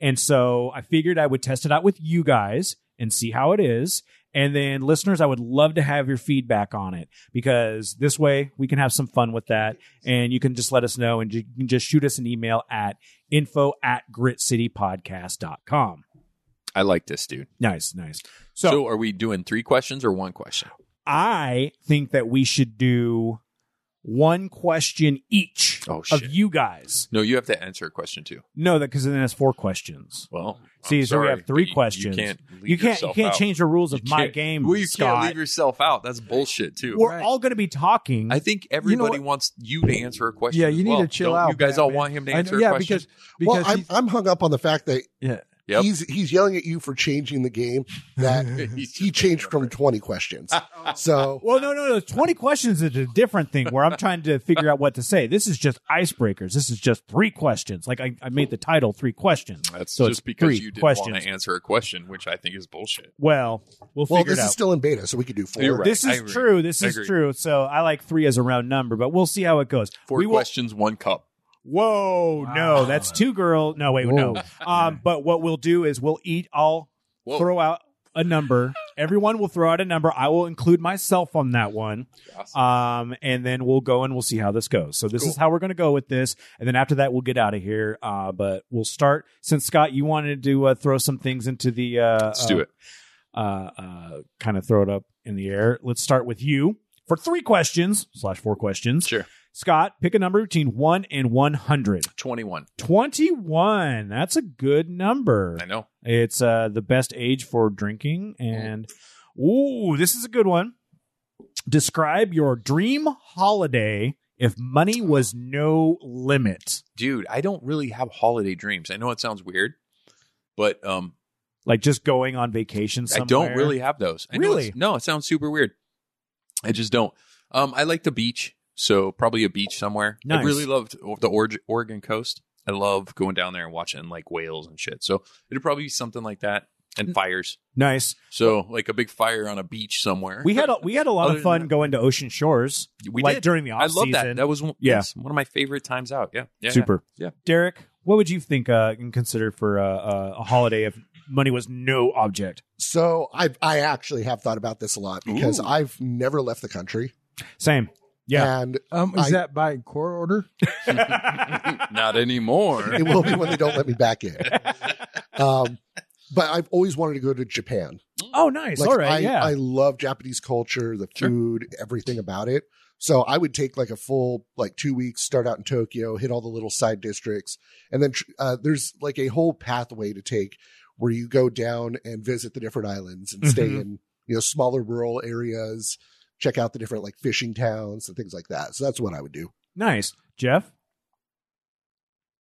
And so I figured I would test it out with you guys and see how it is. And then, listeners, I would love to have your feedback on it because this way we can have some fun with that. And you can just let us know and you can just shoot us an email at info at gritcitypodcast.com.
I like this dude.
Nice, nice.
So,
So,
are we doing three questions or one question?
I think that we should do one question each
Oh,
of
shit.
you guys.
No, you have to answer a question too.
No, that because then that's four questions.
Well, I'm
See, so we
sorry,
have three
but you-
questions.
You can't. Leave
You can't. You
yourself
can't
out.
change the rules of
You
my
can't-
game.
Well, you
Scott.
can't leave yourself out. That's bullshit too.
We're
Right.
all going to be talking.
I think everybody wants you to answer a question.
Yeah,
as
you need
well.
to chill
Don't
out.
You guys all
Batman.
want him to
I know-
answer a
yeah,
question.
because because
well, I'm,
he's-
I'm hung up on the fact that
yeah.
Yep.
he's he's yelling at you for changing the game that
He's
he
just
changed
making
from
up
20 questions. So
well, no, no, no. Twenty questions is a different thing. Where I'm trying to figure out what to say. This is just icebreakers. This is just three questions. Like I, I made the title three questions.
for it. That's
so it's
just because
three
you didn't
questions.
want to answer a question, which I think is bullshit.
Well, we'll
well,
figure
this
it out.
is still in beta, so we could do four.
You're right.
This
I
is
agree.
true. This
I
is
agree.
true. So I like three as a round number, but we'll see how it goes.
Four
we will,
questions, one cup.
Whoa, Oh, no,
Wow.
that's two girl. No, wait, no. Um, but what we'll do is we'll eat. I'll
Whoa.
throw out a number. Everyone will throw out a number. I will include myself on that one.
Awesome.
Um, and then we'll go and we'll see how this goes. So this is how we're going to go with this, and then after that we'll get out of here. Uh, but we'll start since Scott, you wanted to uh, throw some things into the. Uh,
Let's do
uh,
it.
uh, uh, kind of throw it up in the air. Let's start with you for three questions slash four questions.
Sure.
Scott, pick a number between one and one hundred.
21.
21. That's a good number.
I know.
It's uh, the best age for drinking. And, ooh, this is a good one. Describe your dream holiday if money was no limit.
Dude, I don't really have holiday dreams. I know it sounds weird, but um,
Like just going on vacation somewhere.
I don't really have those. I know it's-
Really?
no, it sounds super weird. I just don't. Um, I like the beach, so probably a beach somewhere. I
Nice.
really loved o- the Org- Oregon coast. I love going down there and watching like whales and shit. So it'd probably be something like that and fires.
Nice.
So like a big fire on a beach somewhere.
We had a, we had a lot
Other
of
than
fun
that-
going to Ocean Shores.
we
like
did.
during the off
I love
season.
that. That was one,
Yeah.
yes, one of my favorite times out. Yeah, yeah,
Super.
Yeah.
Derek, what would you think uh, and consider for uh, uh, a holiday if money was no object?
So I I actually have thought about this a lot because
Ooh.
I've never left the country.
Same. Yeah.
And
Um, is
I-
that by court order?
yeah. Mm, Not anymore.
it will be when they don't let me back in. Um, but I've always wanted to go to Japan.
oh, nice.
Like,
All right.
I,
yeah.
I love Japanese culture, the
Sure.
food, everything about it. So I would take like a full like two weeks, start out in Tokyo, hit all the little side districts, and then tr- uh, there's like a whole pathway to take where you go down and visit the different islands and stay
Mhm.
in you know smaller rural areas, check out the different like fishing towns and things like that. So that's what I would do.
nice. Jeff?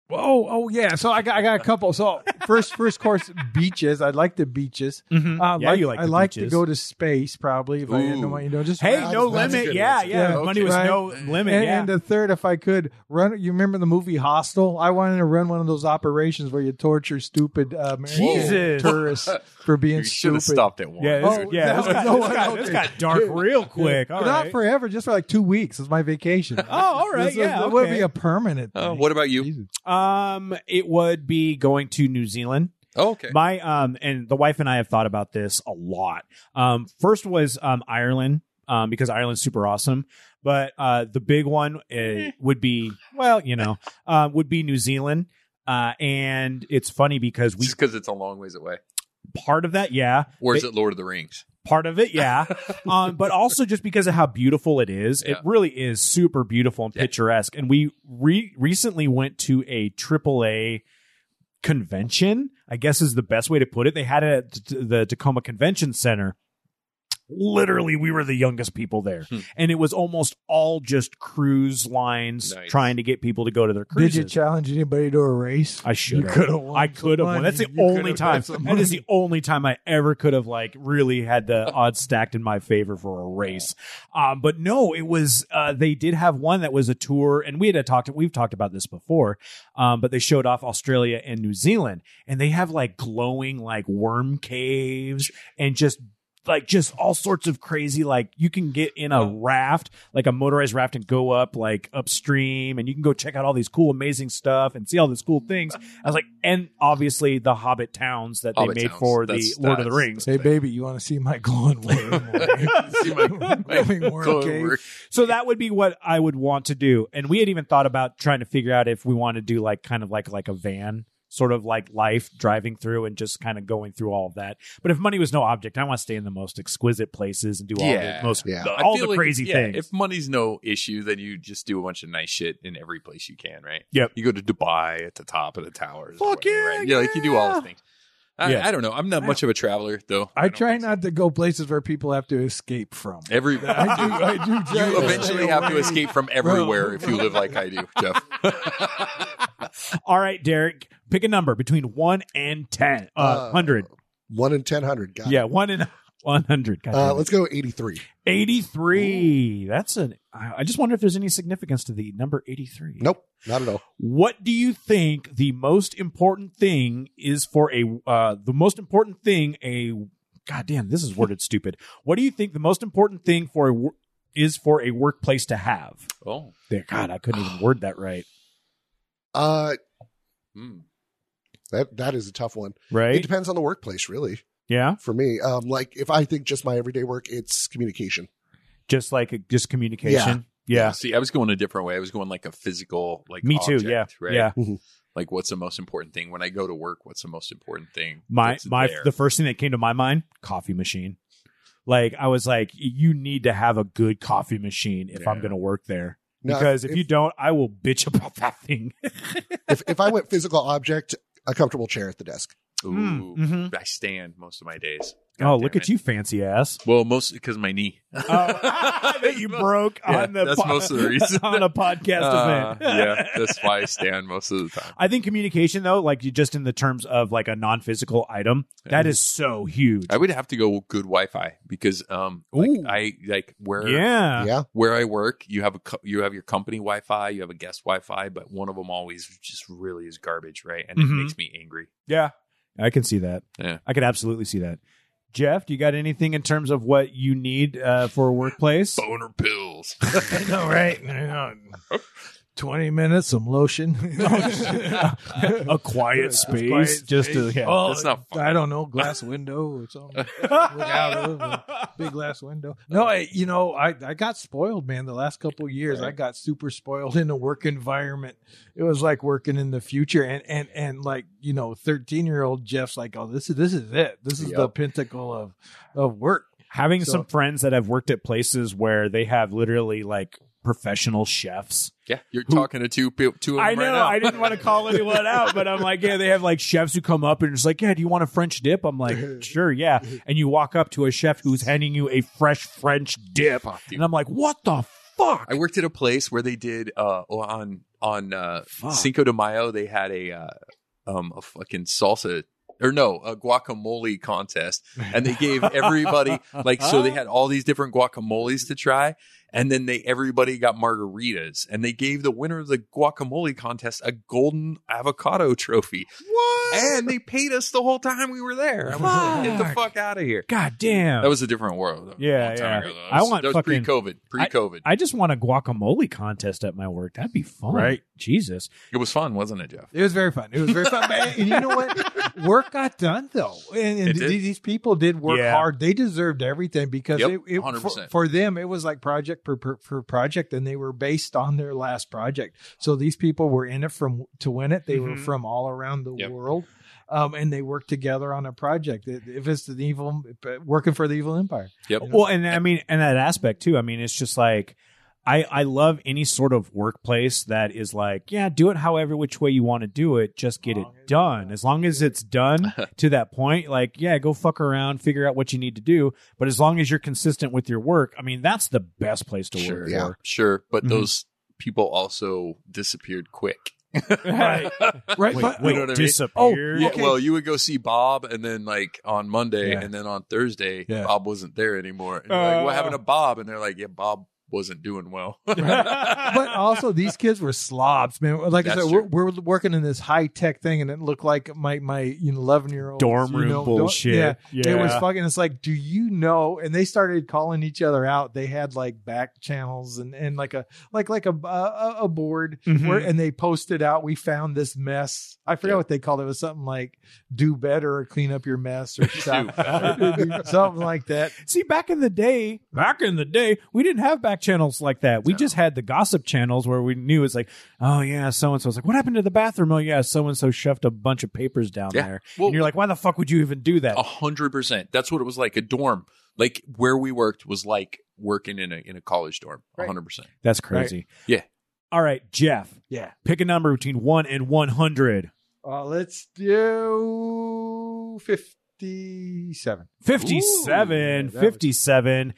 Oh, oh yeah. So I got I got a couple. So first first course beaches. I like the beaches.
Mm-hmm.
Uh,
yeah,
like,
you like
I
the
like to
beaches.
go to space probably if I had no
Ooh.
money, you know just
Hey,
That's-
no
that's a
limit.
good
Yeah,
answer.
yeah.
Yeah,
if Money
okay.
was
Right.
no limit.
and,
yeah.
and uh, the third, if I could run, you remember the movie Hostel? I wanted to run one of those operations where you torture stupid uh, American
Jesus.
tourists for being
you should
stupid.
have stopped at one.
yeah, this,
Oh,
yeah,
that
this
was
got,
no
this
one.
got- this
Okay.
got dark real quick. All
But Not
right.
forever, just for like two weeks. It's my vacation.
oh, all right.
This is-
yeah.
that would be
okay.
a permanent.
Uh,
thing.
what about you?
um, it would be going to New Zealand.
Oh, okay.
My um and the wife and I have thought about this a lot. Um first was um Ireland um because Ireland's super awesome, but uh the big one
Eh.
uh, would be well, you know, um would be New Zealand. Uh and it's funny because we
Just because it's a long ways away.
part of that, yeah,
Or is it Lord of the Rings?
part of it, yeah. um but also just because of how beautiful it is. It
Yeah.
really is super beautiful and
Yeah.
picturesque. And we re- recently went to a AAA convention, I guess is the best way to put it. They had it at t- the Tacoma Convention Center. Literally, we were the youngest people there,
Hmm.
and it was almost all just cruise lines
Nice.
trying to get people to go to their
Did
cruises.
you challenge anybody to a race?
I should.
You could have won.
I could have
some
won. That's the
money. You
only
could have
time.
won some
That is the
money.
only time I ever could have like really had the odds stacked in my favor for a race. Um, but no, it was. Uh, they did have one that was a tour, and we had talked. We've talked about this before, um, but they showed off Australia and New Zealand, and they have like glowing like worm caves and just. Like just all sorts of crazy, like you can get in a raft, like a motorized raft, and go up like upstream, and you can go check out all these cool, amazing stuff and see all these cool things. I was like, and obviously the Hobbit towns that
Hobbit
they made
towns.
for
That's-
the Lord of the
that's-
Rings.
Hey, baby, you want to see my glowing worm?
See my-
Glowing worm
Go
eh?
cave?
work.
So that would be what I would want to do. And we had even thought about trying to figure out if we want to do like kind of like like a van sort of like life driving through and just kind of going through all of that. But if money was no object, I want to stay in the most exquisite places and do all
Yeah.
the most
Yeah.
the-
I
all
feel
the
like,
crazy
yeah,
things.
If money's no issue, then you just do a bunch of nice shit in every place you can, right?
Yep.
You go to Dubai at the top of the towers.
Fuck
whatever,
yeah,
right? Yeah, like you do all the
yeah.
things. I,
Yeah.
I don't know. I'm not much of a traveler though.
I,
don't
try
think so.
not to go places where people have to escape from.
Every
I do. I do. try to
you eventually
stay
have to
away.
escape from everywhere if you live like I do, Jeff.
all right, Derek, pick a number between one and ten. Uh,
Uh,
hundred.
One in ten hundred. Got it.
Yeah, one and one hundred. God
Uh,
damn it.
let's go eighty three.
83. That's an. I I just wonder if there's any significance to the number 83.
Nope, not at all.
What do you think the most important thing is for a. Uh, the most important thing a. God damn, this is worded stupid. What do you think the most important thing for a. wor- Is for a workplace to have.
Oh,
There, God, I couldn't even word that right.
Uh,
Hmm.
that that is a tough one. It
Right?
depends on the workplace, really.
Yeah,
For me, um, like if I think just my everyday work, it's communication.
just like a, just communication. Yeah,
See, I was going a different way. I was going like a physical, like
me too.
object,
Yeah,
right?
yeah.
Like, what's the most important thing when I go to work? What's the most important thing?
my
that's
my
there?
the first thing that came to my mind coffee machine like i was like you need to have a good coffee machine if i'm
Yeah.
going to work there
Now,
because if, you don't i will bitch about that thing
if, if I went physical object, a comfortable chair at the desk.
Ooh,
Mm, mhm.
I stand most of my days.
oh
God
look
damn
at
it.
you fancy ass
Well, mostly because my knee.
oh, that you broke
Yeah,
on the
that's most of the reason.
on a podcast
Uh,
event
yeah, that's why I stand most of the time.
I think communication, though, like you just in the terms of like a non-physical item, that
Yeah.
is so huge.
I would have to go good Wi-Fi because um, like
Ooh.
I like where
yeah,
yeah,
where I work, you have a co- you have your company Wi-Fi, you have a guest Wi-Fi, but one of them always just really is garbage, right? And
Mhm.
it makes me angry.
Yeah. I can see that.
Yeah.
I could absolutely see that. Jeff, do you got anything in terms of what you need uh, for a workplace?
Boner pills.
I know, right? I know. Twenty minutes, some lotion,
a quiet space, just to yeah.
oh,
That's not fun.
I don't know, glass window or something. Look out of a big glass window. No, I, you know, I I got spoiled, man. The last couple of years, I got super spoiled in the work environment. It was like working in the future, and and and like you know, thirteen year old Jeff's like, oh, this is this is it. This is the
Yep.
pinnacle of of work.
having
So-
some friends that have worked at places where they have literally like professional chefs.
yeah, you're
Who-
talking to two peo- two of them
I
right
know.
now.
I didn't want to call anyone out, but I'm like, yeah, they have like chefs who come up and it's like, yeah, do you want a French dip? I'm like, sure, yeah. And you walk up to a chef who's handing you a fresh French dip,
Fuck, dude.
and I'm like, what the fuck?
I worked at a place where they did uh on on uh
Fuck.
Cinco de Mayo they had a uh, um a fucking salsa or no a guacamole contest and they gave everybody like so they had all these different guacamoles to try and then they everybody got margaritas and they gave the winner of the guacamole contest a golden avocado trophy
what?
and they paid us the whole time we were there I was like, get the
Fuck.
fuck out of here
God damn.
that was a different world
Yeah,
Long time
yeah.
ago, though.
I
That was-
want
that was
fucking-
pre-covid pre-covid
I just want a guacamole contest at my work. That'd be fun.
Right.
Jesus.
it was fun wasn't it jeff
It was very fun. It was very fun. man. And you know what? Work got done though, and, and
It did.
th- these people did work
Yeah.
hard. They deserved everything because
Yep,
it, it- for,
100%.
for them it was like project per, per, per project, and they were based on their last project. So these people were in it from to win it. They were
Mhm.
from all around the
Mm-hmm. Yep.
world, um, and they worked together on a project. It- If it's the evil working for the evil empire,
Yep.
Well, and I mean, and that aspect too. I mean, it's just like I I love any sort of workplace that is like, yeah, do it however which way you want to do it, just get it done. As long as it's done to that point, like, yeah, go fuck around, figure out what you need to do, but as long as you're consistent with your work, I mean, that's the best place to
Sure.
work.
Yeah.
for.
Sure, but
Mm-hmm.
Mhm.
those people also disappeared quick.
Right.
right?
Wait,
but Oh,
wait,
know what I mean?
disappeared.
Yeah,
Okay.
Well, you would go see Bob, and then like on Monday,
Yeah.
and then on Thursday,
Yeah.
Bob wasn't there anymore. And you're like, what
Uh.
happened to Bob? And they're like, yeah, Bob wasn't doing well.
but uh, also these kids were slobs, man. Like I
That's
said, we're, we're working in this high tech thing, and it looked like my my you know eleven year old
dorm room bullshit.
yeah,
yeah.
it was fucking. It's like, do you know? And they started calling each other out. They had like back channels and and like a like like a a, a board
Mhm.
where and they posted out. We found this mess. I forget
Yeah.
what they called it. It was something like do better or clean up your mess or
better.
something like that.
See, back in the day, back in the day, we didn't have back back channels like that. We just had the gossip channels where we knew it's like, oh yeah, so and so's like, what happened to the bathroom? Oh yeah, so and so shoved a bunch of papers down
Yeah.
there.
Well- Oh,
and you're like, why the fuck would you even do that?
A hundred percent. That's what it was like. A dorm, like where we worked, was like working in a in a college dorm. A hundred percent.
That's crazy.
Yeah.
All right, Jeff.
Yeah.
Pick a number between one and one hundred.
Uh, let's do 57.
57
Ooh, that was-
57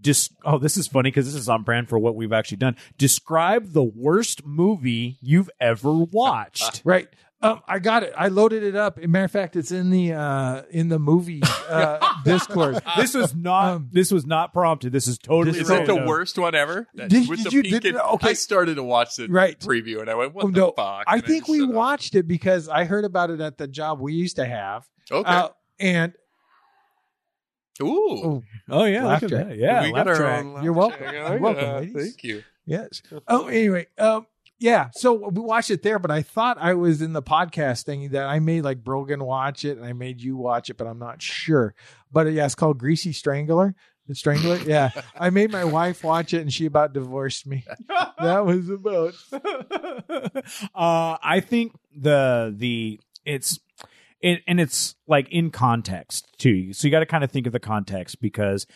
Dis- oh this is funny because this is on brand for what we've actually done describe the worst movie you've ever watched
Right. Um, I got it. I loaded it up. As a matter of fact, it's in the uh, in the movie uh, Discord.
this was not
Um,
this was not prompted this is totally
Is that the
random.
worst one ever? That-
Did-
with
did
the
you-
peak
did-
in-
okay.
I started to watch the
Right.
preview and I went, "What
Oh,
the
no.
fuck?"
I
And
think
just
we
shut up.
watched it because I heard about it at the job we used to have.
Okay.
Uh, and
Ooh.
oh,
oh yeah
Laugh
look at
track.
that. yeah
we
laugh
got our
track.
own
You're
laugh
welcome.
track.
You're
Oh,
welcome,
yeah.
ladies.
Thank you.
yes. Oh, anyway. Um, yeah. So we watched it there, but I thought I was in the podcast thing that I made like Brogan watch it and I made you watch it, but I'm not sure. But uh, yeah, it's called Greasy Strangler. The Strangler. Yeah. I made my wife watch it and she about divorced me. That was about
uh, I think the the it's it, and it's like in context too. So you got to kind of think of the context because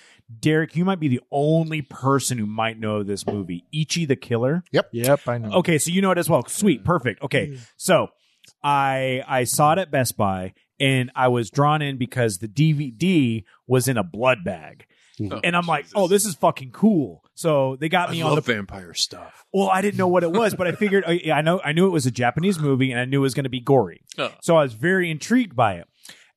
Derek, you might be the only person who might know this movie, Ichi the Killer.
Yep, I know.
Okay, so you know it as well. Sweet, perfect. Okay, so I I saw it at Best Buy and I was drawn in because the DVD was in a blood bag,
Oh,
and I'm like,
Jesus.
oh, this is fucking cool. So they got
I
me on
love
the
vampire stuff.
well, I didn't know what it was, but I figured oh, I, I know I knew it was a Japanese movie, and I knew it was going to be gory.
Oh.
So I was very intrigued by it,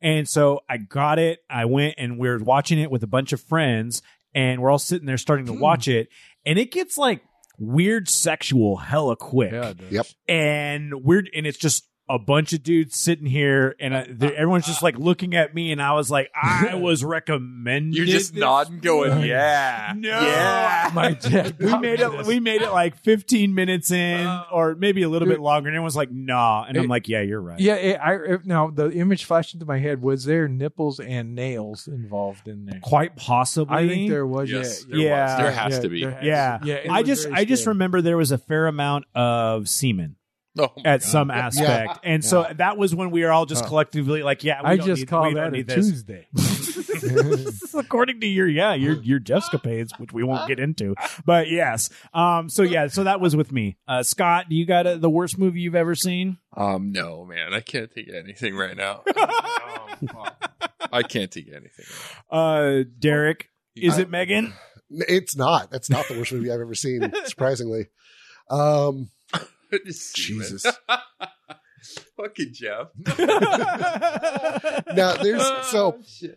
and so I got it. I went and we were watching it with a bunch of friends, and we're all sitting there starting
Hmm.
to watch it, and it gets like weird sexual hella quick,
Yep.
and weird, and it's just. A bunch of dudes sitting here, and I, they- everyone's just like looking at me, and I was like, "I was recommended."
You're just
this
nodding, going, "Yeah,
no,
yeah."
my dad. We
got
made
me
it.
this.
We made it like 15 minutes in,
Oh.
or maybe a little bit
Dude.
longer. And everyone's like, "Nah," and I'm
It-
like, "Yeah, you're right."
Yeah, it, I it, now the image flashed into my head was there nipples and nails involved in there.
quite possibly.
I think there was.
Yes,
yeah,
yeah,
there was.
yeah,
There has
yeah,
to be.
there has-
Yeah.
yeah. it
I
was
just,
very
I just
scary.
remember there was a fair amount of semen
Oh my
at
God.
some aspect, and so that was when we were all just
Oh.
collectively like, "Yeah, we
I
don't
just
need,
call
we don't
that a
need this."
Tuesday.
according to your yeah your your jeffscapades which we won't get into but yes um so yeah so that was with me uh scott do you got uh the worst movie you've ever seen
Um, no, man, I can't think of anything right now. Oh, fuck. I can't think of anything.
uh derek is
I-
it megan
It's not. That's not the worst movie I've ever seen, surprisingly. Um, Jesus.
Fucking Jeff.
now there's so
Oh,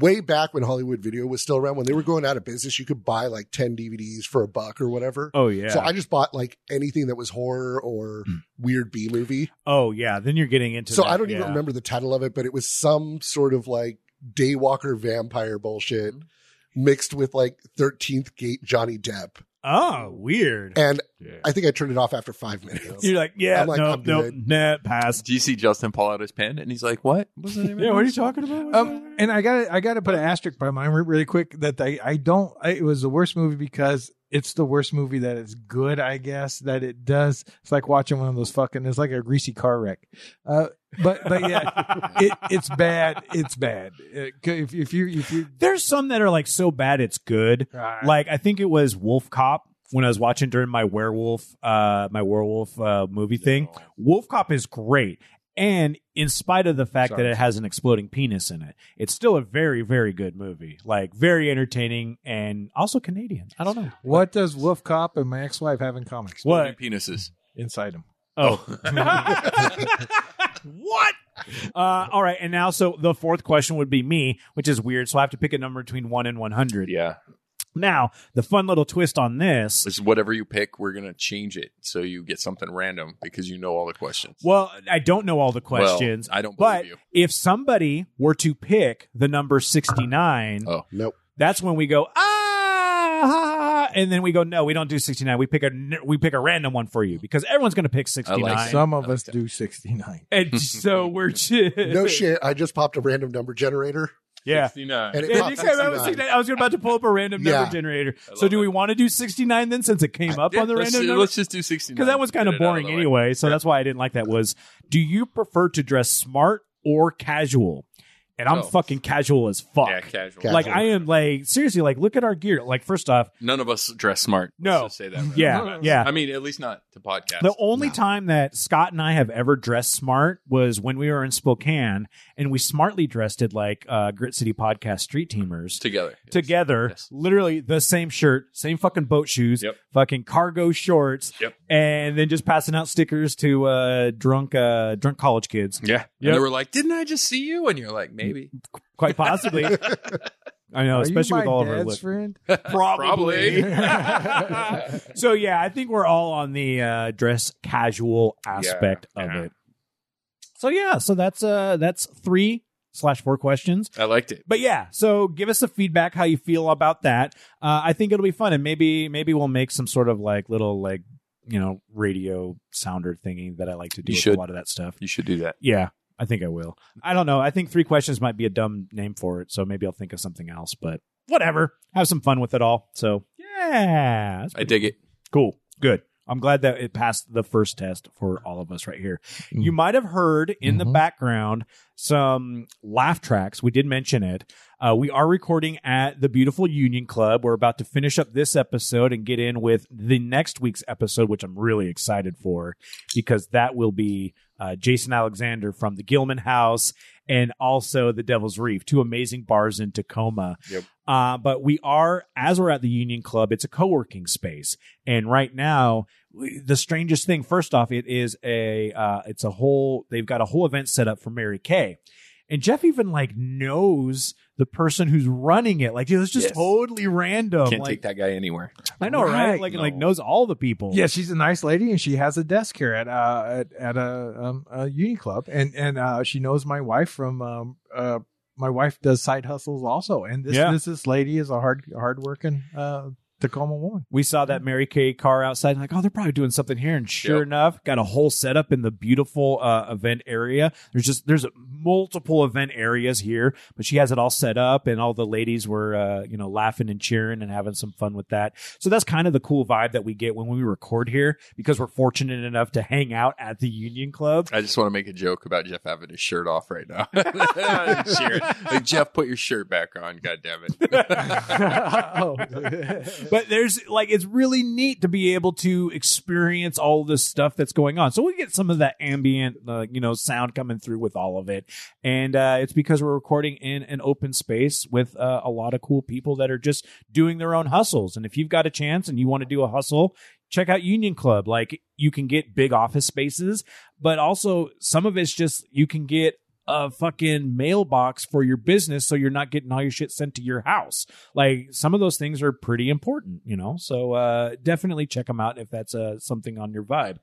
way back when Hollywood Video was still around, when they were going out of business, you could buy like 10 DVDs for a buck or whatever.
oh yeah Hmm.
So I just bought like anything that was horror or weird B movie.
oh yeah then you're getting into
So
that,
I don't
yeah.
even remember the title of it, but it was some sort of like daywalker vampire bullshit
Mm-hmm.
mixed with like 13th Gate Johnny Depp.
oh weird
And I think I turned it off after five minutes.
you're like yeah
I'm like,
no
I'm
no
good.
nah, pass
Do you see Justin pull out his pen and he's like, "What? What's the name of
yeah
it?"
what are you talking about
Um, and I got I got to put an asterisk by mine re- really quick that I I don't I, it was the worst movie because it's the worst movie that is good I guess that it does it's like watching one of those fucking it's like a greasy car wreck, uh, but but yeah it, it's bad it's bad It- if if you if you
there's some that are like so bad it's good like I think it was Wolf Cop when I was watching during my werewolf uh my werewolf uh movie thing. Wolf Cop is great. And in spite of the fact
Sorry.
that it has an exploding penis in it, it's still a very, very good movie. Like very entertaining and also Canadian. I don't know.
What does Wolf Cop and my ex-wife have in common?
Exploding
What?
penises?
Inside him.
Oh. what? Uh, all right, and now so the fourth question would be me, which is weird. So I have to pick a number between one and one hundred.
Yeah,
Now, the fun little twist on this
it's whatever you pick. We're gonna change it so you get something random because you know all the questions.
Well, I don't know all the
Well,
questions.
I don't
But
believe you.
if somebody were to pick the number 69,
Oh.
Nope.
that's when we go, ah, and then we go, no, we don't do 69. We pick a, we pick a random one for you because everyone's going to pick 69.
I-
Some of
I
us
like
do 69.
and so we're
No shit. I just popped a random number generator
Yeah.
69.
And it
Yeah,
popped
it came out with
69.
69. I was about to pull up a random
Yeah.
number generator.
I
So
love
do we
it.
want to do 69 then since it came up
Yeah,
on the
let's,
random
ju-
number?
let's just do 69.
because that was kind of
Get it out
boring
the way.
anyway. So
Yeah.
that's why I didn't like that. Was do you prefer to dress smart or casual? And I'm
Oh.
fucking casual as fuck.
Yeah, casual.
Casual.
Like I am like seriously like look at our gear. Like first off,
None of us dress smart.
No.
Let's just say that. right
Yeah,
off the bat.
yeah.
I mean, at least not to podcast.
the only time that Scott and I have ever dressed smart was when we were in Spokane and we smartly dressed it like uh, Grit City Podcast Street Teamers.
together. Yes.
Together,
Yes.
literally the same shirt, same fucking boat shoes,
Yep.
fucking cargo shorts,
Yep.
and then just passing out stickers to uh, drunk uh, drunk college kids.
Yeah.
Yep.
And they were like, didn't I just see you? And you're like, maybe.
Quite possibly. I know,
Are
especially
you
with
my
all of
dad's
our lip.
friend.
Uh, Probably.
so yeah, I think we're all on the uh, dress casual aspect of
yeah.
it. So yeah, so that's uh that's three slash four questions.
I liked it.
But yeah, so give us some feedback how you feel about that. Uh, I think it'll be fun, and maybe maybe we'll make some sort of like little like you know radio sounder thingy that I like to do
You
with
should.
a lot of that stuff.
You should do that.
Yeah, I think I will. I don't know. I think three questions might be a dumb name for it, so maybe I'll think of something else. But whatever, have some fun with it all. So yeah, that's
I dig it.
Cool. Good. I'm glad that it passed the first test for all of us right here.
Mm.
You might have heard in the
Mhm.
background some laugh tracks. We did mention it. Uh, we are recording at the beautiful Union Club. We're about to finish up this episode and get in with the next week's episode, which I'm really excited for because that will be uh, Jason Alexander from the Gilman House and also the Devil's Reef, two amazing bars in Tacoma.
Yep.
Uh, but we are, as we're at the Union Club, it's a co working space and right now w- the strangest thing first off it is a uh, it's a whole they've got a whole event set up for mary kay and jeff even like knows the person who's running it like it was just
Yes.
totally random
Can't
Oh, like
take that guy anywhere.
i know right,
Right.
like
No.
like knows all the people
Yeah, she's a nice lady, and she has a desk here at uh, at, at a, um, a uni club, and and uh, she knows my wife from um, uh, my wife does side hustles also, and this
Yeah.
this this lady is a hard hardworking uh, Tacoma woman.
we saw that Mary Kay car outside, and like, oh, they're probably doing something here. And sure
Yep.
enough, got a whole setup in the beautiful uh, event area. There's just there's multiple event areas here, but she has it all set up, and all the ladies were uh, you know laughing and cheering and having some fun with that. So that's kind of the cool vibe that we get when we record here because we're fortunate enough to hang out at the Union Club.
I just want to make a joke about Jeff having his shirt off right now. Cheer it. Like, Jeff, put your shirt back on. God damn it.
oh.
but there's like it's really neat to be able to experience all this stuff that's going on. So we get some of that ambient, uh, you know, sound coming through with all of it, and uh, it's because we're recording in an open space with uh, a lot of cool people that are just doing their own hustles. And if you've got a chance and you want to do a hustle, check out Union Club. Like you can get big office spaces, but also some of it's just you can get. A fucking mailbox for your business, so you're not getting all your shit sent to your house like some of those things are pretty important you know so uh definitely check them out if that's uh something on your vibe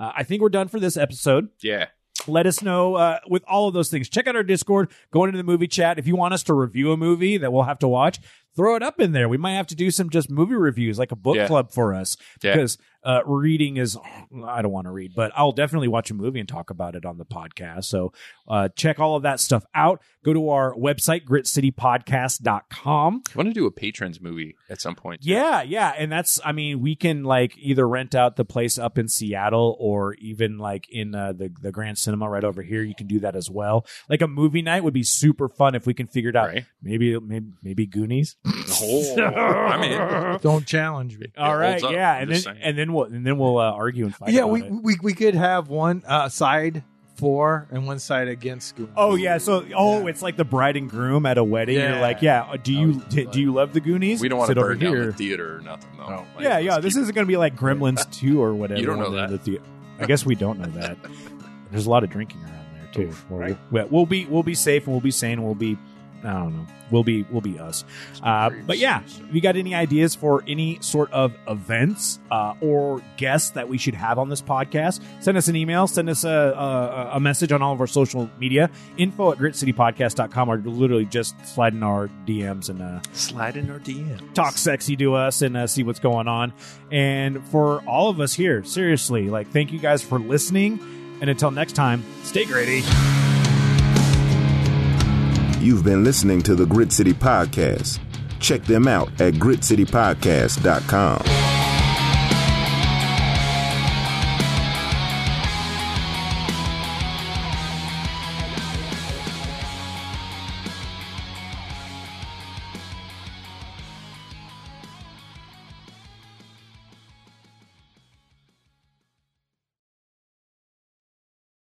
uh, i think we're done for this episode
yeah.
let us know uh, with all of those things check out our discord go into the movie chat if you want us to review a movie that we'll have to watch throw it up in there we might have to do some just movie reviews like a book
Yeah.
club for us
Yeah.
because uh, reading is i don't want to read but i'll definitely watch a movie and talk about it on the podcast so uh, check all of that stuff out go to our website gritcitypodcast.com
I want to do a patrons movie at some point.
yeah, yeah, and that's I mean we can like either rent out the place up in Seattle or even like in uh, the the Grand Cinema right over here. You can do that as well. Like a movie night would be super fun if we can figure it out.
Right?
Maybe maybe maybe Goonies.
Oh, I'm in.
Don't challenge me.
All
It
right,
holds up,
yeah,
I'm
and then
just saying.
and then we'll and then we'll uh, argue and fight.
yeah,
about
we,
it.
we we could have one uh, side for and one side against. Goonies.
Oh yeah, so oh,
Yeah.
it's like the bride and groom at a wedding. You're
Yeah.
like, yeah. Do
I
you
would
do,
love-
you love the Goonies?
We don't want
Sit
to
over
burn down
here.
the theater or nothing. though.
No.
Like,
yeah,
let's
yeah. This
keep-
isn't going to be like Gremlins two or whatever.
You don't
when
know
they're in
that.
the thea- I guess we don't know that. There's a lot of drinking around there too. We'll- we'll, we'll be we'll be safe and we'll be sane. and We'll be I don't know. We'll be we'll be us. Uh, but yeah, if you got any ideas for any sort of events uh, or guests that we should have on this podcast, send us an email, send us a, a, a message on all of our social media, info at gritcitypodcast.com, or literally just slide in our DMs and uh,
Slide in our DM.
talk sexy to us and uh, see what's going on. And for all of us here, seriously, like, thank you guys for listening. And until next time, stay gritty.
You've been listening to the Grid City Podcast. Check them out at gritcitypodcast.com.